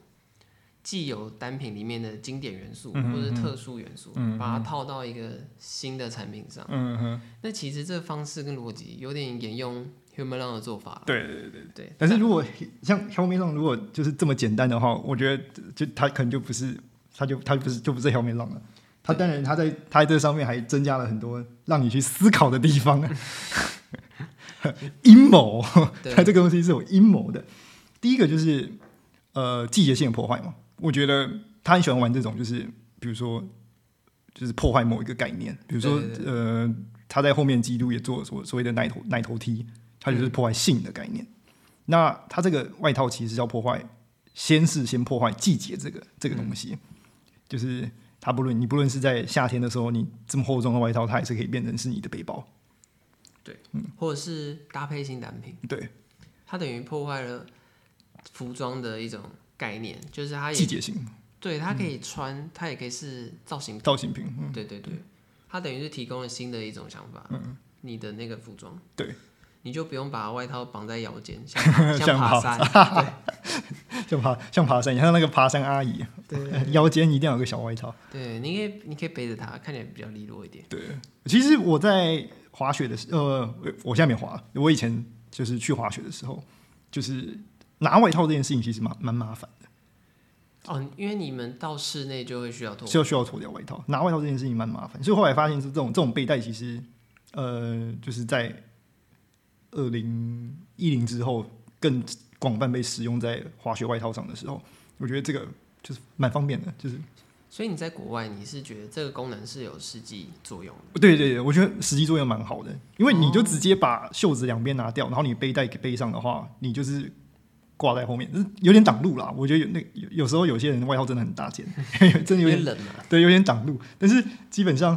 Speaker 2: 既有单品里面的经典元素或者是特殊元素，把它套到一个新的产品上，
Speaker 1: 嗯哼，
Speaker 2: 那其实这个方式跟逻辑有点沿用 Human Long 的做法了，
Speaker 1: 对对对对。
Speaker 2: 对，
Speaker 1: 但是如果像 Helmet 上如果就是这么简单的话，我觉得就他可能就不是，他就他就不是就不是 Helmet 浪了。他当然他在他在这上面还增加了很多让你去思考的地 方，阴谋。
Speaker 2: 对
Speaker 1: 它这个东西是有阴谋的。第一个就是呃季节性的破坏嘛，我觉得他很喜欢玩这种，就是比如说就是破坏某一个概念，比如说
Speaker 2: 对对
Speaker 1: 呃他在后面基督也做所所谓的奶头奶头踢，他
Speaker 2: 嗯
Speaker 1: 就是破坏性的概念。那他这个外套其实是要破坏，先是先破坏季节这个这个东西，
Speaker 2: 嗯
Speaker 1: 就是。他不论你不论是在夏天的时候，你这么厚重的外套，它也是可以变成是你的背包。
Speaker 2: 或者是搭配新单品。
Speaker 1: 对，
Speaker 2: 它等于破坏了服装的一种概念，就是它
Speaker 1: 季
Speaker 2: 也
Speaker 1: 节性
Speaker 2: 对它可以穿，它也可以是造型，
Speaker 1: 造型品，嗯，
Speaker 2: 对对对，它等于是提供了新的一种想法。嗯，你的那个服装，
Speaker 1: 对，
Speaker 2: 你就不用把外套绑在腰间， 像
Speaker 1: 像爬
Speaker 2: 爬山，
Speaker 1: 像爬像爬山一样，像那个爬山阿姨，
Speaker 2: 对 对
Speaker 1: 腰间一定要有个小外套。
Speaker 2: 对，你可以你可以背着它，看起来比较利落一点。
Speaker 1: 其实我在滑雪的时呃，我现在没滑，我以前就是去滑雪的时候，就是拿外套这件事情其实蛮蛮麻烦的，
Speaker 2: 哦，因为你们到室内就会需要脱，
Speaker 1: 是要需要脱掉外套，拿外套这件事情蛮麻烦，所以后来发现是这种这种背带其实呃就是在二零一零之后更广泛被使用在滑雪外套上的时候，我觉得这个就是蛮方便的，就是
Speaker 2: 所以你在国外你是觉得这个功能是有实际作用的。
Speaker 1: 对对对，我觉得实际作用蛮好的，因为你就直接把袖子两边拿掉，然后你背带给背上的话，你就是挂在后面，就是有点挡路啦。我觉得有那有有时候有些人的外套真的很大件， 真的有
Speaker 2: 因为
Speaker 1: 点
Speaker 2: 冷嘛，
Speaker 1: 对，有点挡路。但是基本上，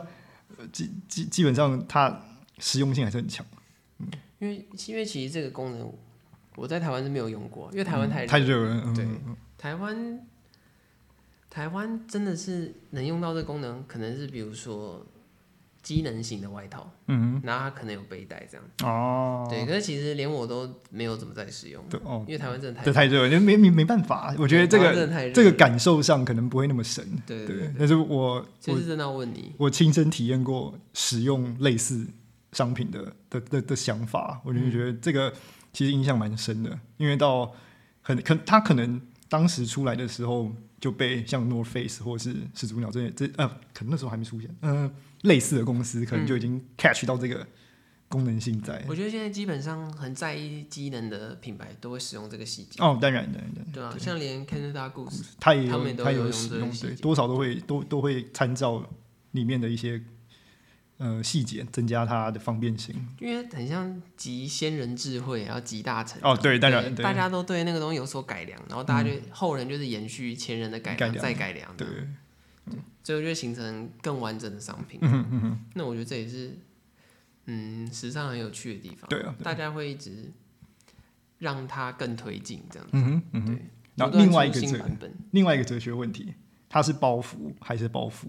Speaker 1: 呃基基基本上它实用性还是很强，
Speaker 2: 因为因为其实这个功能我在台湾是没有用过，因为台湾太热
Speaker 1: 太热了。嗯
Speaker 2: 对，台湾，台湾真的是能用到这功能，可能是比如说机能型的外套，
Speaker 1: 嗯，
Speaker 2: 然后它可能有背带这样。
Speaker 1: 哦，
Speaker 2: 对，可是其实连我都没有怎么在使用，
Speaker 1: 对哦
Speaker 2: 因，为台湾真的太
Speaker 1: 这太热了，就没没没办法。我觉得这
Speaker 2: 台湾
Speaker 1: 个
Speaker 2: 真的太热
Speaker 1: 这个
Speaker 2: 了
Speaker 1: 感受上可能不会那么深，
Speaker 2: 对对
Speaker 1: 对。但是我我
Speaker 2: 这是真的要问你，
Speaker 1: 我亲身体验过使用类似商品的的的的想法，我就觉得这个其实影响蛮深的，因为到很可他可能当时出来的时候就被像 North Face 或是始祖鸟这些这呃，可能那时候还没出现，嗯、类似的公司可能就已经 catch 到这个功能性在。
Speaker 2: 嗯我觉得现在基本上很在意机能的品牌都会使用这个细节，
Speaker 1: 哦，当然，当然，当然
Speaker 2: 对啊，像连 Canada Goose，
Speaker 1: 他也
Speaker 2: 他
Speaker 1: 有
Speaker 2: 们都
Speaker 1: 他
Speaker 2: 有
Speaker 1: 有
Speaker 2: 用
Speaker 1: 使
Speaker 2: 这个
Speaker 1: 用，
Speaker 2: 细
Speaker 1: 对，
Speaker 2: 节
Speaker 1: 多少都会都都会参照里面的一些呃细节，增加它的方便性。
Speaker 2: 因为很像集先人智慧，然后集大成。
Speaker 1: 哦，对，当然，
Speaker 2: 对
Speaker 1: 对嗯
Speaker 2: 大家都对那个东西有所改良，然后大家就、后人就是延续前人的改
Speaker 1: 改
Speaker 2: 良，
Speaker 1: 良
Speaker 2: 再改良，
Speaker 1: 对，
Speaker 2: 最后就会形成更完整的商品。
Speaker 1: 嗯
Speaker 2: 那我觉得这也是，嗯，时尚很有趣的地方。
Speaker 1: 对啊
Speaker 2: 嗯大家会一直让它更推进，这样。
Speaker 1: 嗯哼，嗯哼。
Speaker 2: 对，
Speaker 1: 然后
Speaker 2: 不断
Speaker 1: 另外一
Speaker 2: 出
Speaker 1: 个
Speaker 2: 新
Speaker 1: 哲
Speaker 2: 版本。
Speaker 1: 另外一个哲学问题，它是包袱还是包袱？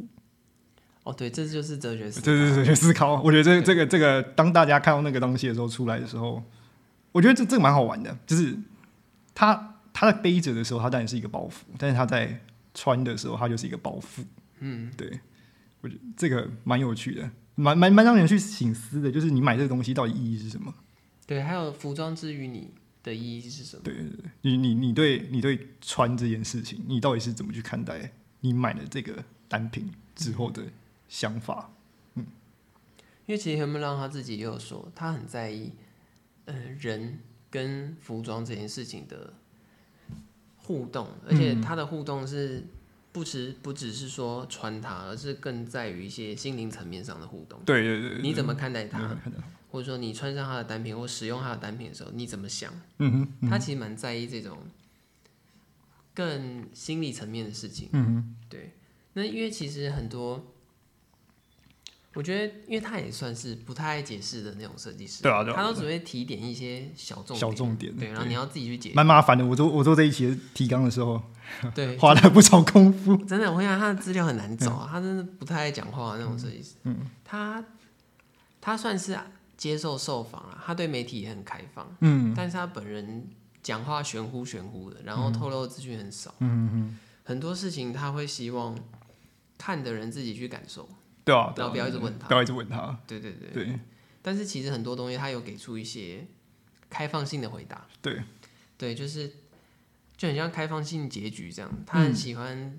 Speaker 2: 哦，对，这就是啊哲学思
Speaker 1: 这
Speaker 2: 考。
Speaker 1: 是哲学思考。我觉得这这个这个，当大家看到那个东西的时候出来的时候，我觉得这这个蛮好玩的，就是他他在背着的时候，他当然是一个包袱，但是他在穿的时候，他就是一个包袱。嗯，对，我觉得这个蛮有趣的，蛮蛮蛮让人去醒思的，就是你买这个东西到底意义是什么？
Speaker 2: 对，还有服装之于你的意义是什么？
Speaker 1: 对对对，你你你对你对穿这件事情，你到底是怎么去看待你买了这个单品之后的想法？
Speaker 2: 因为其实 h e m 他自己也有说，他很在意，呃，人跟服装这件事情的互动，而且他的互动是不只不只是说穿它，而是更在于一些心灵层面上的互动。
Speaker 1: 对对对对，
Speaker 2: 你怎么看待
Speaker 1: 对
Speaker 2: 它，
Speaker 1: 嗯看到
Speaker 2: 或者说你穿上它的单品或
Speaker 1: 嗯
Speaker 2: 使用它的单品的时候，你怎么想？
Speaker 1: 嗯哼，
Speaker 2: 他其实蛮在意这种更心理层面的事情。
Speaker 1: 嗯
Speaker 2: 对，那因为其实很多，我觉得，因为他也算是不太爱解释的那种设计师，
Speaker 1: 对啊对啊
Speaker 2: 他都
Speaker 1: 对
Speaker 2: 只会提点一些小重
Speaker 1: 小重点
Speaker 2: 点，对，然后
Speaker 1: 对
Speaker 2: 你要自己去解
Speaker 1: 哼，蛮麻烦的。我做我做这一期的提纲的时候，
Speaker 2: 释，对，
Speaker 1: 花了不少功夫。
Speaker 2: 真的，我想他的资料很难找啊，他真的不太爱讲话、那种设计师。嗯，他他算是接受受访啊，他对媒体也很开放，
Speaker 1: 嗯
Speaker 2: 但是他本人讲话玄乎玄乎的，然后透露的资讯很少，
Speaker 1: 嗯嗯，
Speaker 2: 很多事情他会希望看的人自己去感受。
Speaker 1: 对啊，对啊
Speaker 2: 然后不要一直问他
Speaker 1: 不要一直问他。
Speaker 2: 对对对。
Speaker 1: 对
Speaker 2: 但是其实很多东西他有给出一些开放性的回答，
Speaker 1: 对，
Speaker 2: 对，就是就很像开放性结局这样，他很喜欢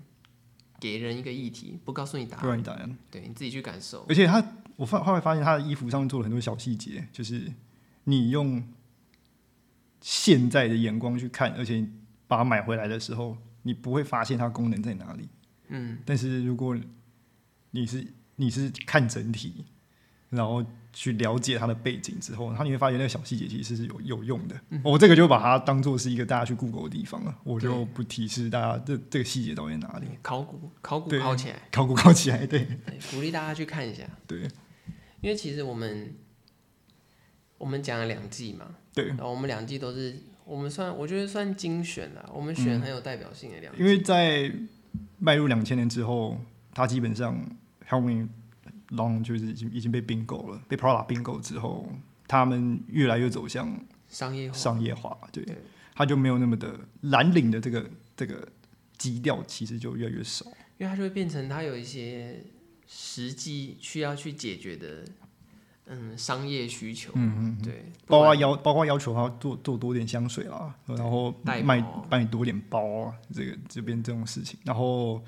Speaker 2: 给人一个议题，不告诉你答
Speaker 1: 不
Speaker 2: 案，
Speaker 1: 然你答案。
Speaker 2: 对你自己去感受。
Speaker 1: 而且他，我发后来发现他的衣服上面做了很多小细节，就是你用现在的眼光去看，而且你把它买回来的时候，你不会发现它功能在哪里。
Speaker 2: 嗯，
Speaker 1: 但是如果你是你是看整体，然后去了解它的背景之后，然后你会发现那个小细节其实是有有用的。
Speaker 2: 嗯
Speaker 1: 我、这个就把它当做是一个大家去 Google 的地方了，我就
Speaker 2: 对
Speaker 1: 不提示大家这这个细节到底在哪里。
Speaker 2: 考古考古
Speaker 1: 对
Speaker 2: 考起来，
Speaker 1: 考古考起来，对
Speaker 2: 对鼓励大家去看一下，
Speaker 1: 对
Speaker 2: 因为其实我们我们讲了两季嘛，
Speaker 1: 对，
Speaker 2: 然后我们两季都是我们算我觉得算精选了，我们
Speaker 1: 嗯
Speaker 2: 选很有代表性的两季，
Speaker 1: 因为在迈入两千年之后，它基本上 Helmi Long 就是已经已经被并购了，被 Prada 并购之后，他们越来越走向
Speaker 2: 商业化，
Speaker 1: 商业化，对
Speaker 2: 对，
Speaker 1: 它就没有那么的蓝领的这个这个基调，其实就越来越少。
Speaker 2: 因为它就会变成它有一些实际需要去解决的，嗯，商业需求，
Speaker 1: 嗯嗯，
Speaker 2: 对，不
Speaker 1: 包括
Speaker 2: 管
Speaker 1: 要包括要求他做做多点香水啦，然后
Speaker 2: 代
Speaker 1: 卖
Speaker 2: 包
Speaker 1: 卖多点包啊，这个这边这种事情，然后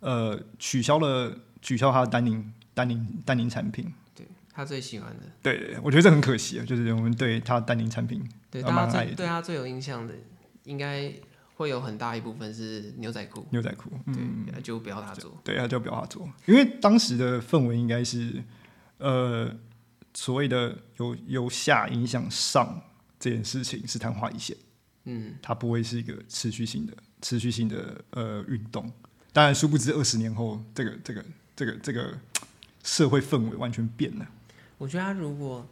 Speaker 1: 呃取消了取消他的单宁单宁单宁产品。
Speaker 2: 对他最喜欢的，
Speaker 1: 对对，对我觉得这很可惜啊，就是我们对它单宁产品，
Speaker 2: 对
Speaker 1: 还
Speaker 2: 大
Speaker 1: 啊蛮
Speaker 2: 家
Speaker 1: 爱
Speaker 2: 最
Speaker 1: 的
Speaker 2: 对他最有印象的，应该会有很大一部分是牛仔裤，
Speaker 1: 牛仔裤，嗯，
Speaker 2: 对，就不要他做，
Speaker 1: 对，他就不要他做，因为当时的氛围应该是，呃，所谓的由由下影响上这件事情是昙花一现，
Speaker 2: 嗯。
Speaker 1: 它不会是一个持续性的、持续性的呃运动。当然，殊不知二十年后，这个、这个、这个、这个社会氛围完全变了。
Speaker 2: 我觉得他如果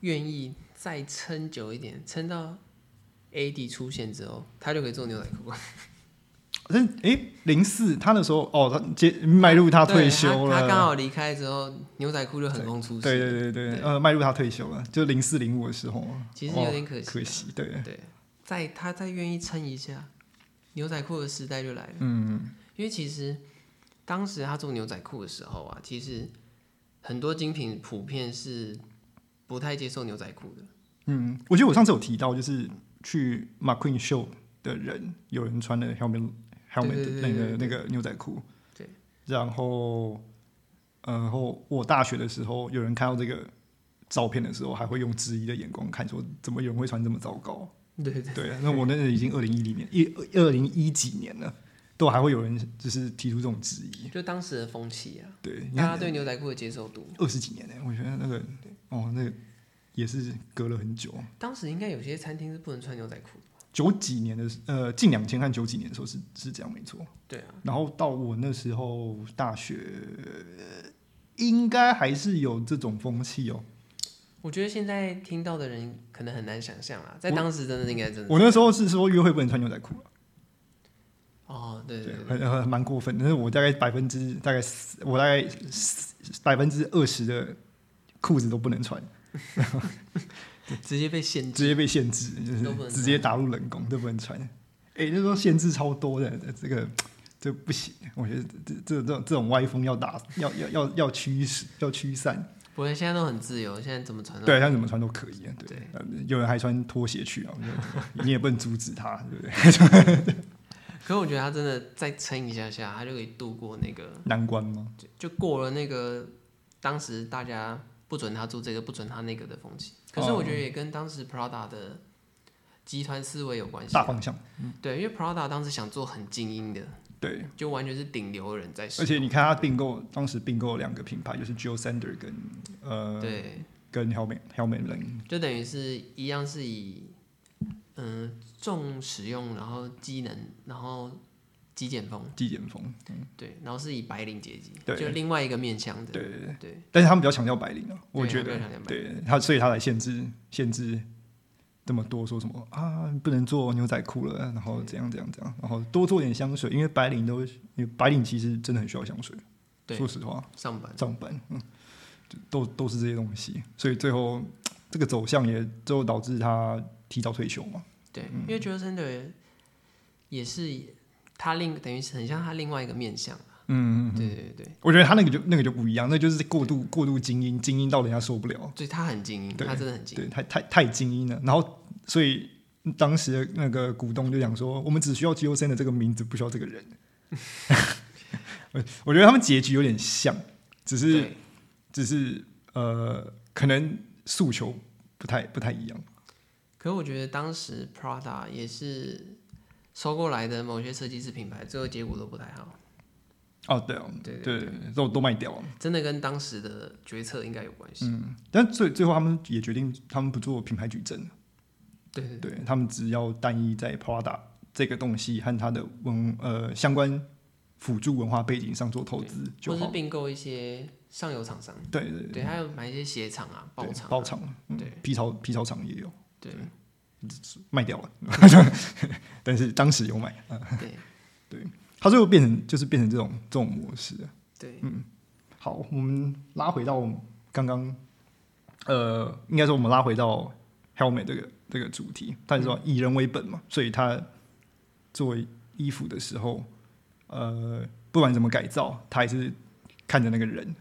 Speaker 2: 愿意再撑久一点，撑到 AD 出现之后，他就可以做牛仔裤。
Speaker 1: 但是，哎，零四他那时候哦，他接迈入他退休
Speaker 2: 对他
Speaker 1: 了，
Speaker 2: 他刚好离开之后，牛仔裤就横空出世。
Speaker 1: 对对对对，
Speaker 2: 对
Speaker 1: 呃，迈入他退休了，就零四零五的时候，
Speaker 2: 其实有
Speaker 1: 哦
Speaker 2: 点可惜啊
Speaker 1: 可惜，对，
Speaker 2: 对再他再愿意撑一下，牛仔裤的时代就来了。
Speaker 1: 嗯，
Speaker 2: 因为其实当时他做牛仔裤的时候啊，其实很多精品普遍是不太接受牛仔裤的。
Speaker 1: 嗯，我觉得我上次有提到，就是去 McQueen show 的人，有人穿了 helmet helmet
Speaker 2: 对对对
Speaker 1: 那个
Speaker 2: 对
Speaker 1: 那
Speaker 2: 对
Speaker 1: 个牛仔裤，
Speaker 2: 对，
Speaker 1: 然后，呃然后我大学的时候，有人看到这个照片的时候，还会用质疑的眼光看，说怎么有人会穿这么糟糕？
Speaker 2: 对对
Speaker 1: 对，那我那已经二零一零年一二零一几年了，都还会有人就是提出这种质疑。
Speaker 2: 就当时的风气啊，
Speaker 1: 对，你
Speaker 2: 大家
Speaker 1: 看
Speaker 2: 对牛仔裤的接受度，
Speaker 1: 二十几年呢、我觉得那个哦，那个也是隔了很久。
Speaker 2: 当时应该有些餐厅是不能穿牛仔裤的。
Speaker 1: 九几年的呃，近两千和九几年的时候是是这样没错。
Speaker 2: 对啊，
Speaker 1: 然后到我那时候大学，呃应该还是有这种风气哦。
Speaker 2: 我觉得现在听到的人可能很难想象啦，在
Speaker 1: 我
Speaker 2: 当时真的应该真的
Speaker 1: 我那时候是说约会不能穿牛仔裤了，
Speaker 2: 哦，对对
Speaker 1: 对，
Speaker 2: 对，
Speaker 1: 很很蛮过分的。但是我大概百分之大概四我大概百分之二十的裤子都不能穿，
Speaker 2: 直接被限制。
Speaker 1: 直接被限制，就
Speaker 2: 都不
Speaker 1: 是
Speaker 2: 能穿
Speaker 1: 直接打入冷宫，都不能穿。哎、那时候限制超多的，这个这不行。我觉得这这这种这种歪风要打，要要要要驱使，要驱散。
Speaker 2: 不过现在都很自由，现在怎么穿都
Speaker 1: 对，他怎么穿都可以啊。对，
Speaker 2: 嗯对
Speaker 1: 呃有人还穿拖鞋去啊，我觉得你也不能阻止他，对不对？
Speaker 2: 可我觉得他真的再撑一下下，他就可以度过那个，
Speaker 1: 难关吗？
Speaker 2: 就就过了那个当时大家不准他做这个，不准他那个的风气。可是我觉得也跟当时 Prada 的集团思维有关系
Speaker 1: 大
Speaker 2: 啊。
Speaker 1: 方向，
Speaker 2: 对，因为 Prada 当时想做很精英的，
Speaker 1: 对。
Speaker 2: 就完全是啊顶流人在使
Speaker 1: 而
Speaker 2: 用。
Speaker 1: 且你看他并购，当时并购了两个品牌，就是 Joe Sander 跟呃
Speaker 2: 对，
Speaker 1: 跟 Helmet Helmet Lang。
Speaker 2: 就等于是一样是以嗯、嗯、重使用，然后机能，然后极简风，
Speaker 1: 极简风，
Speaker 2: 对，然后是以白领阶级，
Speaker 1: 对
Speaker 2: 就另外一个面向的，
Speaker 1: 对对对。
Speaker 2: 对
Speaker 1: 但是他们比较强调白领啊，我
Speaker 2: 对
Speaker 1: 觉
Speaker 2: 他
Speaker 1: 得
Speaker 2: 们比较强调，白
Speaker 1: 对他，所以他来限制限制这么多，说什么啊，不能做牛仔裤了，然后怎样怎样怎样，然后多做点香水，因为白领都，因为白领其实真的很需要香水，
Speaker 2: 对
Speaker 1: 说实话，
Speaker 2: 上班，
Speaker 1: 上班，嗯，就都都是这些东西，所以最后这个走向也最后导致他提早退休嘛，
Speaker 2: 对，
Speaker 1: 嗯
Speaker 2: 因为 j o s e n d e r 也是他另等于是很像他另外一个面向，
Speaker 1: 嗯，
Speaker 2: 对对对对，
Speaker 1: 我觉得他那个就那个就不一样，那就是过度过度精英，精英到人家受不了。
Speaker 2: 所以他很精英，
Speaker 1: 对
Speaker 2: 他真的很精英，
Speaker 1: 对，太太太精英了。然后，所以当时的那个股东就讲说，我们只需要 G.O. 森的这个名字，不需要这个人。 我我觉得他们结局有点像，只是
Speaker 2: 对
Speaker 1: 只是呃，可能诉求不太不太一样。
Speaker 2: 可我觉得当时 Prada 也是收购来的某些设计师品牌，最后结果都不太好，
Speaker 1: 哦，对哦，
Speaker 2: 对
Speaker 1: 对，都都卖掉了。
Speaker 2: 真的跟当时的决策应该有关系。
Speaker 1: 嗯，但最最后他们也决定，他们不做品牌矩阵，
Speaker 2: 对对
Speaker 1: 对他们只要单一在 Prada 这个东西和它的文呃相关辅助文化背景上做投资
Speaker 2: 对，
Speaker 1: 就
Speaker 2: 或是
Speaker 1: 好。
Speaker 2: 并购一些上游厂商，
Speaker 1: 对对对
Speaker 2: 对，还有买一些鞋厂啊、包
Speaker 1: 对
Speaker 2: 厂啊、
Speaker 1: 包厂，嗯
Speaker 2: 对，
Speaker 1: 皮草皮草厂也有
Speaker 2: 对
Speaker 1: 卖掉了， 但是当时有买，
Speaker 2: 对
Speaker 1: 它最后变成就是变成这种这种模式。
Speaker 2: 对
Speaker 1: 好，我们拉回到刚刚，呃，应该说我们拉回到 Helmet 这个这个主题，他是说
Speaker 2: 嗯
Speaker 1: 以人为本嘛，所以他做衣服的时候，呃，不管怎么改造，他还是看着那个人。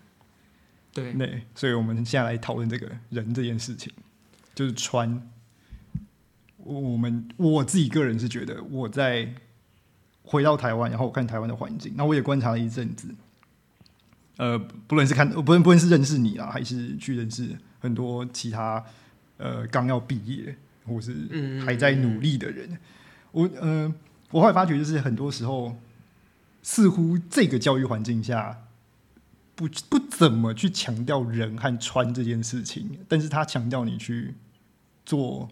Speaker 2: 对，
Speaker 1: 对，所以我们现在来讨论这个人这件事情，就是穿。我我们我自己个人是觉得，我在回到台湾，然后我看台湾的环境，那我也观察了一阵子。呃，不论是看，不论不论是认识你啦，还是去认识很多其他呃刚要毕业或是
Speaker 2: 嗯
Speaker 1: 还在努力的人，我呃，我后来发觉，就是很多时候，似乎这个教育环境下，不不怎么去强调人和穿这件事情，但是他强调你去做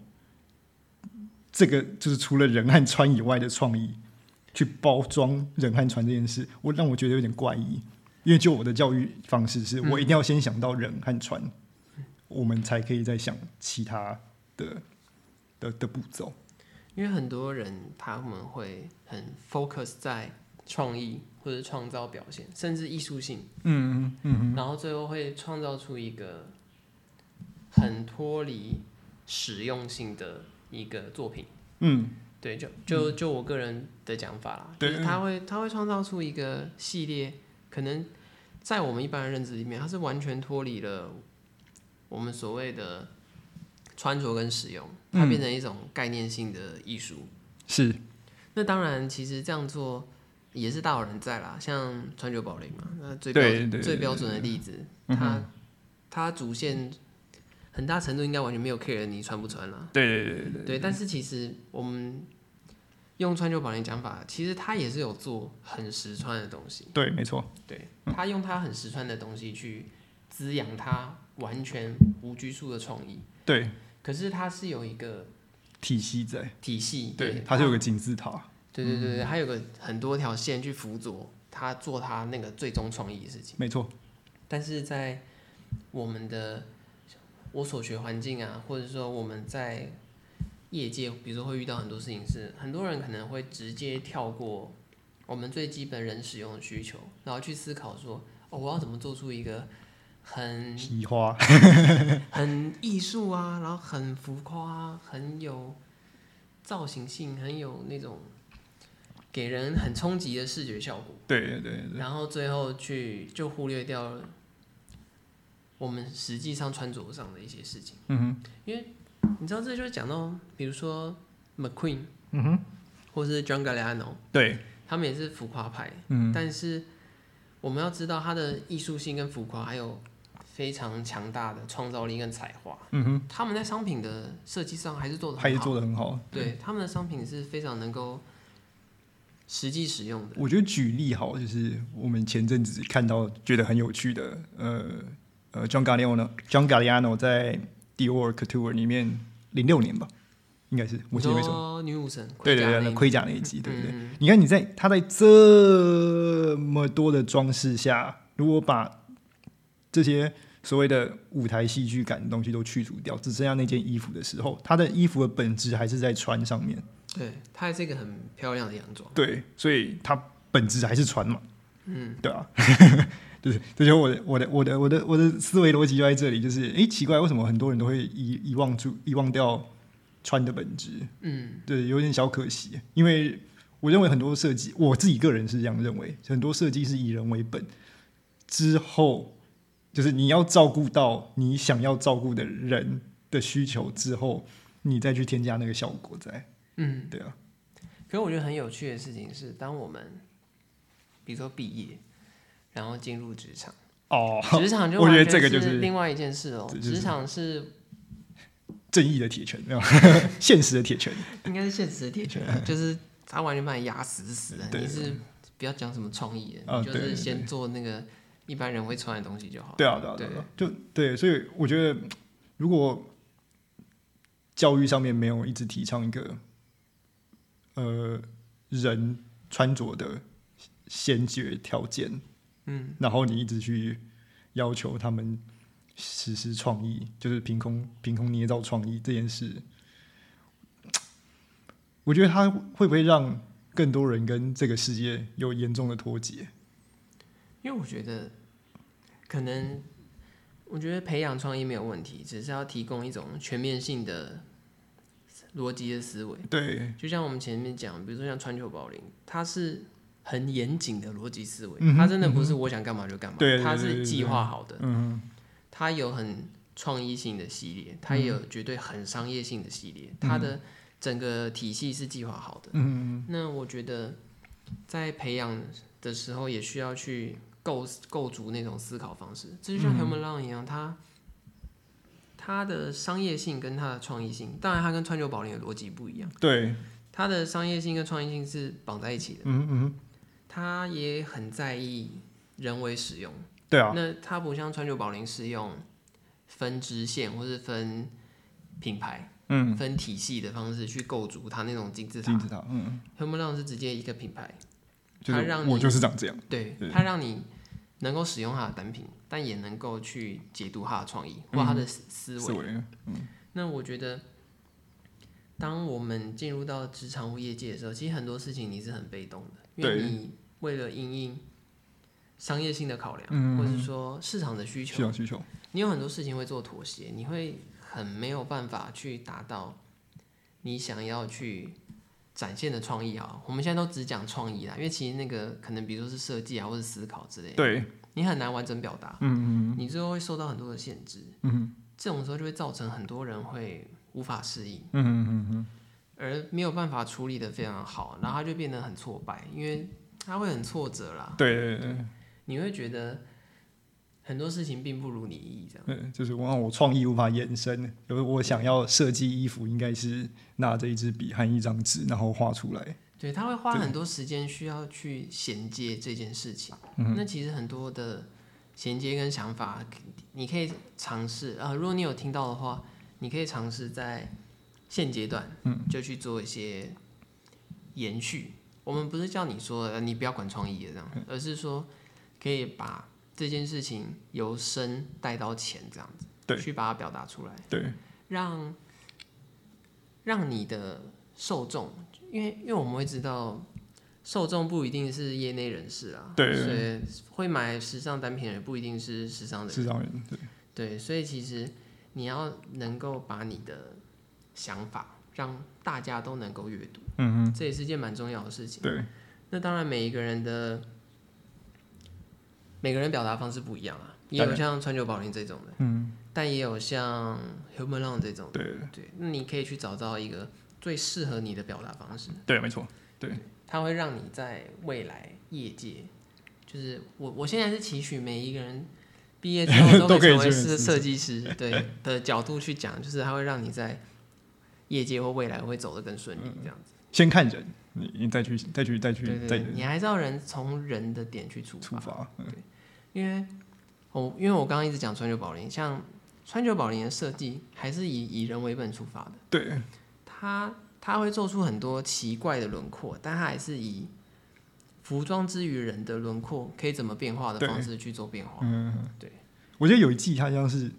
Speaker 1: 这个，就是除了人和穿以外的创意，去包装人和穿这件事，我让我觉得有点怪异。因为就我的教育方式是，我一定要先想到人和船，我们才可以再想其他的的的步骤。
Speaker 2: 因为很多人他们会很 focus 在创意或者创造表现，甚至艺术性，
Speaker 1: 嗯嗯
Speaker 2: 然后最后会创造出一个很脱离实用性的一个作品。
Speaker 1: 嗯，
Speaker 2: 对，就就就我个人的讲法啦，
Speaker 1: 对嗯
Speaker 2: 就是他会他会创造出一个系列，可能在我们一般的认知里面，它是完全脱离了我们所谓的穿着跟使用，它
Speaker 1: 嗯
Speaker 2: 变成一种概念性的艺术。
Speaker 1: 是
Speaker 2: 那当然，其实这样做也是大有人在啦，像川久保玲嘛，那最标
Speaker 1: 对对对嗯
Speaker 2: 最标准的例子，他他主线很大程度应该完全没有 care 你穿不穿啦。
Speaker 1: 对对对对
Speaker 2: 对，但是其实我们用川久保玲讲法，其实他也是有做很实穿的东西，
Speaker 1: 对，没错，
Speaker 2: 对
Speaker 1: 嗯
Speaker 2: 他用他很实穿的东西去滋养他完全无拘束的创意，
Speaker 1: 对
Speaker 2: 可是他是有一个
Speaker 1: 体系在，
Speaker 2: 体系，
Speaker 1: 哎对，它是有个金字塔，
Speaker 2: 对对对对，它有个很多条线去辅佐他做他那个最终创意的事情。
Speaker 1: 没错，
Speaker 2: 但是在我们的我所学环境啊，或者说我们在业界，比如说会遇到很多事情是，很多人可能会直接跳过我们最基本人使用的需求，然后去思考说，哦，我要怎么做出一个很
Speaker 1: 皮花，
Speaker 2: 很艺术啊，然后很浮夸、啊，很有造型性，很有那种给人很冲击的视觉效果。
Speaker 1: 对对对对，
Speaker 2: 然后最后去就忽略掉了我们实际上穿着上的一些事情。
Speaker 1: 嗯
Speaker 2: 你知道，这就是讲到，比如说 McQueen，
Speaker 1: 哼，嗯哼，
Speaker 2: 或是 John Galliano，
Speaker 1: 对，
Speaker 2: 他们也是浮夸派，
Speaker 1: 嗯
Speaker 2: 但是我们要知道它的艺术性跟浮夸，还有非常强大的创造力跟才华。
Speaker 1: 嗯哼，
Speaker 2: 他们在商品的设计上还是做的
Speaker 1: 还
Speaker 2: 很
Speaker 1: 是
Speaker 2: 好，
Speaker 1: 做的很好。
Speaker 2: 对他们的商品是非常能够实际使用的。
Speaker 1: 我觉得举例好，就是我们前阵子看到觉得很有趣的，呃呃，John Galliano John Galliano 在 Dior Couture 里面零六年吧，应该是我记得没错。
Speaker 2: 说女武神，
Speaker 1: 对对
Speaker 2: 哦甲
Speaker 1: 对，
Speaker 2: 那
Speaker 1: 那
Speaker 2: 一
Speaker 1: 盔甲那一集，对不对？
Speaker 2: 嗯
Speaker 1: 你看你在他在这么多的装饰下，如果把这些所谓的舞台戏剧感的东西都去除掉，只剩下那件衣服的时候，他的衣服的本质还是在穿上面。
Speaker 2: 对，它还是一个很漂亮的洋装。
Speaker 1: 对，所以它本质还是船嘛。嗯， 对啊，就是这就是我的我的我的我的我的思维逻辑就在这里，就是诶，奇怪，为什么很多人都会遗遗忘住遗忘掉穿的本质？
Speaker 2: 嗯，
Speaker 1: 对，有点小可惜，因为我认为很多设计，我自己个人是这样认为，很多设计是以人为本，之后就是你要照顾到你想要照顾的人的需求之后，你再去添加那个效果在，
Speaker 2: 嗯，
Speaker 1: 对啊，
Speaker 2: 可是我觉得很有趣的事情是，当我们比如说毕业，然后进入职 场，
Speaker 1: 哦，
Speaker 2: 职场就
Speaker 1: 我觉得
Speaker 2: 完全
Speaker 1: 这个就是
Speaker 2: 另外一件事哦。
Speaker 1: 这就是
Speaker 2: 职场是
Speaker 1: 正义的铁拳， 没有现实的铁拳，
Speaker 2: 应该是现实的 铁拳，就是他完全把你压死死的。
Speaker 1: 对
Speaker 2: 你是不要讲什么创意的，
Speaker 1: 啊
Speaker 2: 你就
Speaker 1: 对对对
Speaker 2: 是先做那个一般人会穿的东西就好。
Speaker 1: 对啊，对啊，对
Speaker 2: 对
Speaker 1: 啊，就对，所以我觉得如果教育上面没有一直提倡一个呃人穿着的先决条件，
Speaker 2: 嗯，
Speaker 1: 然后你一直去要求他们实施创意，就是凭空凭空捏造创意这件事，我觉得它会不会让更多人跟这个世界有严重的脱节？
Speaker 2: 因为我觉得可能，我觉得培养创意没有问题，只是要提供一种全面性的逻辑的思维。
Speaker 1: 对，
Speaker 2: 就像我们前面讲，比如说像川久保玲，他是很严谨的逻辑思维，
Speaker 1: 嗯哼
Speaker 2: 他真的不是我想干嘛就干嘛，
Speaker 1: 对对对
Speaker 2: 他
Speaker 1: 对对
Speaker 2: 是
Speaker 1: 对
Speaker 2: 计划好的，
Speaker 1: 嗯。
Speaker 2: 他有很创意性的系列，他也有绝对很商业性的系列，
Speaker 1: 嗯
Speaker 2: 他的整个体系是计划好的。嗯，那我觉得在培养的时候也需要去构构筑那种思考方式，这就像
Speaker 1: 嗯
Speaker 2: Human Long 一样，他。他的商业性跟他的创意性，当然他跟川久保玲的逻辑不一样。
Speaker 1: 对，
Speaker 2: 它的商业性跟创意性是绑在一起的，
Speaker 1: 嗯嗯，
Speaker 2: 它也很在意人为使用。
Speaker 1: 对啊，
Speaker 2: 那它不像川久保玲是用分支线或是分品牌、
Speaker 1: 嗯，
Speaker 2: 分体系的方式去构筑它那种金字塔
Speaker 1: 金。字塔，嗯，
Speaker 2: Human Long 是直接一个品牌，
Speaker 1: 就
Speaker 2: 它
Speaker 1: 是
Speaker 2: 让
Speaker 1: 我
Speaker 2: 你
Speaker 1: 就是长这样，
Speaker 2: 对
Speaker 1: 对
Speaker 2: 它让你能够使用它的单品，但也能够去解读它的创意或它的思思
Speaker 1: 嗯思
Speaker 2: 维。
Speaker 1: 维，
Speaker 2: 那我觉得，当我们进入到职场物业界的时候，其实很多事情你是很被动的，因为
Speaker 1: 对
Speaker 2: 你为了因应商业性的考量，
Speaker 1: 嗯
Speaker 2: 或者说市场的需
Speaker 1: 需
Speaker 2: 求
Speaker 1: 要，需求，
Speaker 2: 你有很多事情会做妥协，你会很没有办法去达到你想要去展现的创意啊。我们现在都只讲创意啦，因为其实那个可能比如说是设计啊，或者思考之类的，
Speaker 1: 对，
Speaker 2: 你很难完整表达。
Speaker 1: 嗯嗯
Speaker 2: 你最后会受到很多的限制，
Speaker 1: 嗯，
Speaker 2: 这种时候就会造成很多人会无法适应，
Speaker 1: 嗯嗯嗯
Speaker 2: 而没有办法处理的非常好，然后他就变得很挫败，因为他会很挫折啦
Speaker 1: 嗯，，对对
Speaker 2: 你会觉得很多事情并不如你意，这样，
Speaker 1: 对，就是我让我创意无法延伸，有我想要设计衣服，应该是拿着一支笔和一张纸，然后画出来，
Speaker 2: 对，他会花
Speaker 1: 对
Speaker 2: 很多时间需要去衔接这件事情，
Speaker 1: 嗯
Speaker 2: 那其实很多的衔接跟想法，你可以尝试啊、呃如果你有听到的话，你可以尝试在现阶段，嗯，就去做一些延续。我们不是叫你说呃你不要管创意了这样，
Speaker 1: 嗯
Speaker 2: 而是说可以把这件事情由深带到浅这样子，
Speaker 1: 对
Speaker 2: 去把它表达出来，
Speaker 1: 对，
Speaker 2: 让让你的受众，因为因为我们会知道。受众不一定是业内人士啊，
Speaker 1: 对
Speaker 2: 所以会买时尚单品的人不一定是时尚的人，
Speaker 1: 是让人对
Speaker 2: 对，所以其实你要能够把你的想法让大家都能够阅读，
Speaker 1: 嗯
Speaker 2: 这也是件蛮重要的事情。
Speaker 1: 对
Speaker 2: 那当然，每一个人的每个人表达方式不一样啊，也
Speaker 1: 当
Speaker 2: 有
Speaker 1: 然
Speaker 2: 像川久保玲这种的，
Speaker 1: 嗯，
Speaker 2: 但也有像 Human Long 这种的。
Speaker 1: 对
Speaker 2: 对，那你可以去找到一个最适合你的表达方式，
Speaker 1: 对，没错，
Speaker 2: 它会让你在未来业界，就是我我现在是期许每一个人毕业之后
Speaker 1: 都
Speaker 2: 都
Speaker 1: 可
Speaker 2: 可
Speaker 1: 以
Speaker 2: 以成为
Speaker 1: 去
Speaker 2: 设
Speaker 1: 试
Speaker 2: 设计师，对的角度去讲，就是它会让你在业界或未来会走得更顺
Speaker 1: 嗯
Speaker 2: 利，这样子。
Speaker 1: 先看人，你你再去再去再去
Speaker 2: 对对
Speaker 1: 再
Speaker 2: 对，你还是要人从人的点去出
Speaker 1: 出
Speaker 2: 发，
Speaker 1: 发，
Speaker 2: 因为我因为我刚刚一直讲川久保玲，像川久保玲的设计还是以以人为本出发的，
Speaker 1: 对，
Speaker 2: 它它它会做出很多奇怪的轮廓，但它还是以服装之于人的轮廓可以怎么变化的
Speaker 1: 对
Speaker 2: 方式去做变化。
Speaker 1: 嗯，
Speaker 2: 对。
Speaker 1: 我觉得有一季它像是，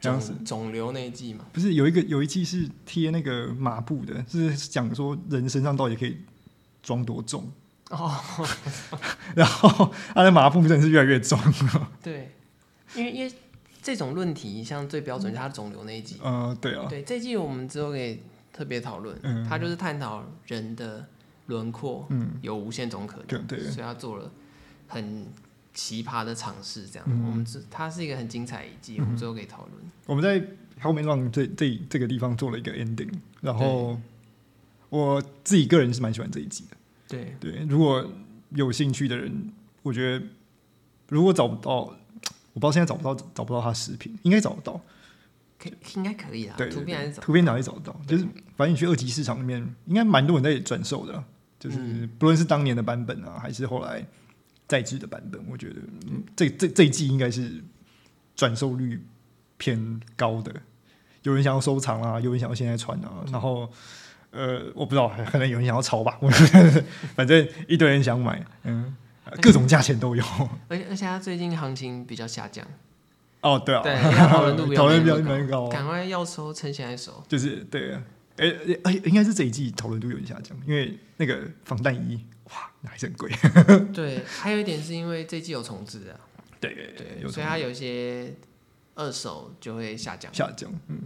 Speaker 1: 这样子
Speaker 2: 肿肿瘤那一季嘛，
Speaker 1: 不是有一个有一季是贴那个马布的，是讲说人身上到底可以装多重。
Speaker 2: 哦，
Speaker 1: 然后他的马布真的是越来越重了。
Speaker 2: 对，因为因为这种论题像最标准就是它的肿瘤那一季，
Speaker 1: 呃，对啊，
Speaker 2: 对，这一季我们之后可以特别讨论，
Speaker 1: 嗯
Speaker 2: 它就是探讨人的轮廓
Speaker 1: 嗯，
Speaker 2: 有无限种可能，
Speaker 1: 对对，
Speaker 2: 所以他做了很奇葩的尝试，这样，
Speaker 1: 嗯
Speaker 2: 我们这它是一个很精彩的一季，我们之后可以讨论。
Speaker 1: 我们在 How m a n Run 这这这个地方做了一个 ending，然后我自己个人是蛮喜欢这一集的。
Speaker 2: 对，
Speaker 1: 对，如果有兴趣的人，我觉得如果找不到，我不知道现在找不到找不到他视频，应该找得到。
Speaker 2: 可以应该可以啦，
Speaker 1: 对对
Speaker 2: 图片还是怎么？
Speaker 1: 图片哪里找得到？就是反正你去二级市场里面，应该蛮多人在转售的啊，就是
Speaker 2: 嗯
Speaker 1: 不论是当年的版本啊，还是后来再制的版本，我觉得、嗯这这这一季应该是转售率偏高的。有人想要收藏啊，有人想要现在穿啊，然后呃，我不知道，可能有人想要抄吧，我反正一堆人想买，嗯，各种价钱都有。
Speaker 2: 而且而且它最近行情比较下降，
Speaker 1: 哦，对啊，
Speaker 2: 对因为讨论度 比较
Speaker 1: 讨论比较
Speaker 2: 没那么
Speaker 1: 蛮高啊，
Speaker 2: 赶快要收，趁现在收。
Speaker 1: 就是对啊，哎、欸、哎、应该是这一季讨论度有点下降，因为那个防弹衣哇，那还是很贵。
Speaker 2: 对，还有一点是因为这季有重置啊，
Speaker 1: 对
Speaker 2: 对，
Speaker 1: 有
Speaker 2: 所以它有一些二手就会下降。
Speaker 1: 下降，嗯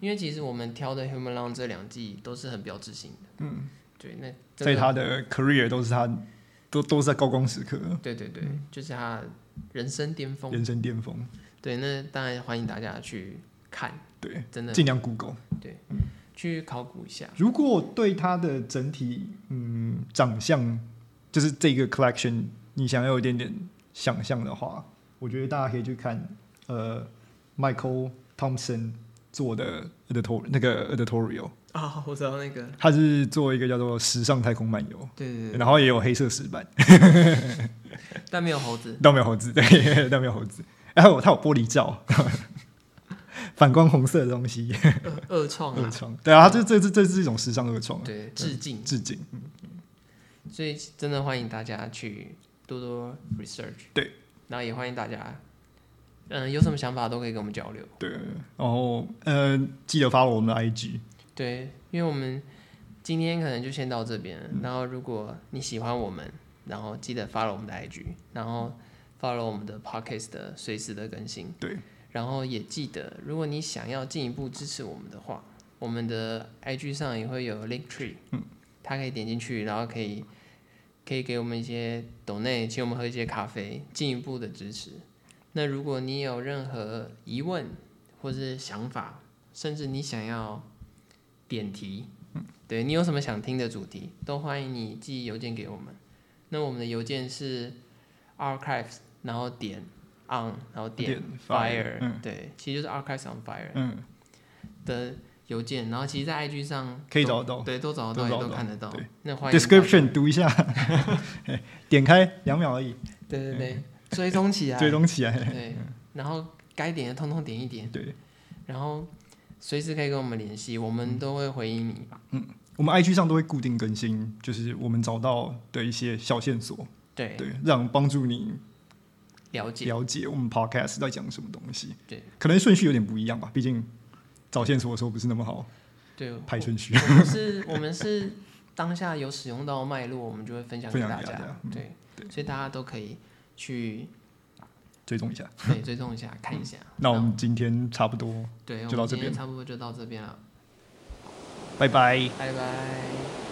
Speaker 2: 因为其实我们挑的《Human Long》这两季都是很标志性的，
Speaker 1: 嗯，
Speaker 2: 对，那
Speaker 1: 在
Speaker 2: 真的
Speaker 1: 他的 career 都是他都都是在高光时刻，
Speaker 2: 对对对，
Speaker 1: 嗯
Speaker 2: 就是他人生巅峰。
Speaker 1: 人生巅峰，
Speaker 2: 对，那当然欢迎大家去看，
Speaker 1: 对，
Speaker 2: 真的
Speaker 1: 尽量 Google。
Speaker 2: 去考古一下。
Speaker 1: 如果对他的整体嗯长相，就是这个 collection，你想要有一点点想象的话，我觉得大家可以去看呃 Michael Thompson 做的 editor 那个 editorial。
Speaker 2: 啊、我知道那个，
Speaker 1: 他是做一个叫做《时尚太空漫游
Speaker 2: 对对》，对，
Speaker 1: 然后也有黑色石板，
Speaker 2: 但没有猴子。
Speaker 1: 倒没有猴子， 对，倒没有猴子。然后它有玻璃罩， 反光红色的东西，
Speaker 2: 恶恶创
Speaker 1: 恶
Speaker 2: 啊，
Speaker 1: 创。对啊，这这这这是一种时尚恶创啊，
Speaker 2: 对，致敬。
Speaker 1: 致敬。
Speaker 2: 所以真的欢迎大家去多多 research。
Speaker 1: 对，
Speaker 2: 然后也欢迎大家，嗯，有什么想法都可以跟我们交流。
Speaker 1: 对，然后呃，记得发我们的 IG，
Speaker 2: 对，因为我们今天可能就先到这边了。然后如果你喜欢我们，然后记得 follow 我们的 IG，然后 follow 我们的 podcast 的随时的更新。
Speaker 1: 对，
Speaker 2: 然后也记得，如果你想要进一步支持我们的话，我们的 IG 上也会有 link tree，嗯，它可以点进去，然后可以可以给我们一些 donate，请我们喝一些咖啡，进一步的支持。那如果你有任何疑问或是想法，甚至你想要点题，对你有什么想听的主题，都欢迎你寄邮件给我们。那我们的邮件是 archives，然后点 on，然后点 fire，、
Speaker 1: 嗯
Speaker 2: 对，其实就是 archives on fire
Speaker 1: 嗯，
Speaker 2: 的邮件，然后其实，在 IG 上
Speaker 1: 可以
Speaker 2: 都
Speaker 1: 找得到
Speaker 2: 对，都找得到，
Speaker 1: 都
Speaker 2: 也
Speaker 1: 找得
Speaker 2: 都
Speaker 1: 到
Speaker 2: 看得到
Speaker 1: 对。
Speaker 2: 那欢迎大家
Speaker 1: ，description 读一下， 点开两秒而已，
Speaker 2: 对对对，啊追踪起来，
Speaker 1: 追踪起来。嗯
Speaker 2: 对，然后该点的通通点一点，
Speaker 1: 对，
Speaker 2: 然后随时可以跟我们联系，我
Speaker 1: 嗯
Speaker 2: 们都会回应你吧。
Speaker 1: 我们 IG 上都会固定更新，就是我们找到的一些小线索，
Speaker 2: 对，
Speaker 1: 对，让帮助你
Speaker 2: 了解，
Speaker 1: 了解我们 podcast 在讲什么东西。
Speaker 2: 对，
Speaker 1: 可能顺序有点不一样吧，毕竟找线索的时候不是那么好
Speaker 2: 对，我
Speaker 1: 排顺序。
Speaker 2: 我们是，我们是当下有使用到脉络，我们就会分享给
Speaker 1: 分享
Speaker 2: 大
Speaker 1: 给大
Speaker 2: 家
Speaker 1: 家。嗯
Speaker 2: 对，所以大家都可以 去
Speaker 1: 追踪一下。
Speaker 2: 对追踪一下，看一下。
Speaker 1: 那我们今天差不多，嗯
Speaker 2: 对，
Speaker 1: 就
Speaker 2: 我们
Speaker 1: 到这
Speaker 2: 今天
Speaker 1: 边
Speaker 2: 差不多就到这边了，
Speaker 1: 拜拜。
Speaker 2: 拜拜。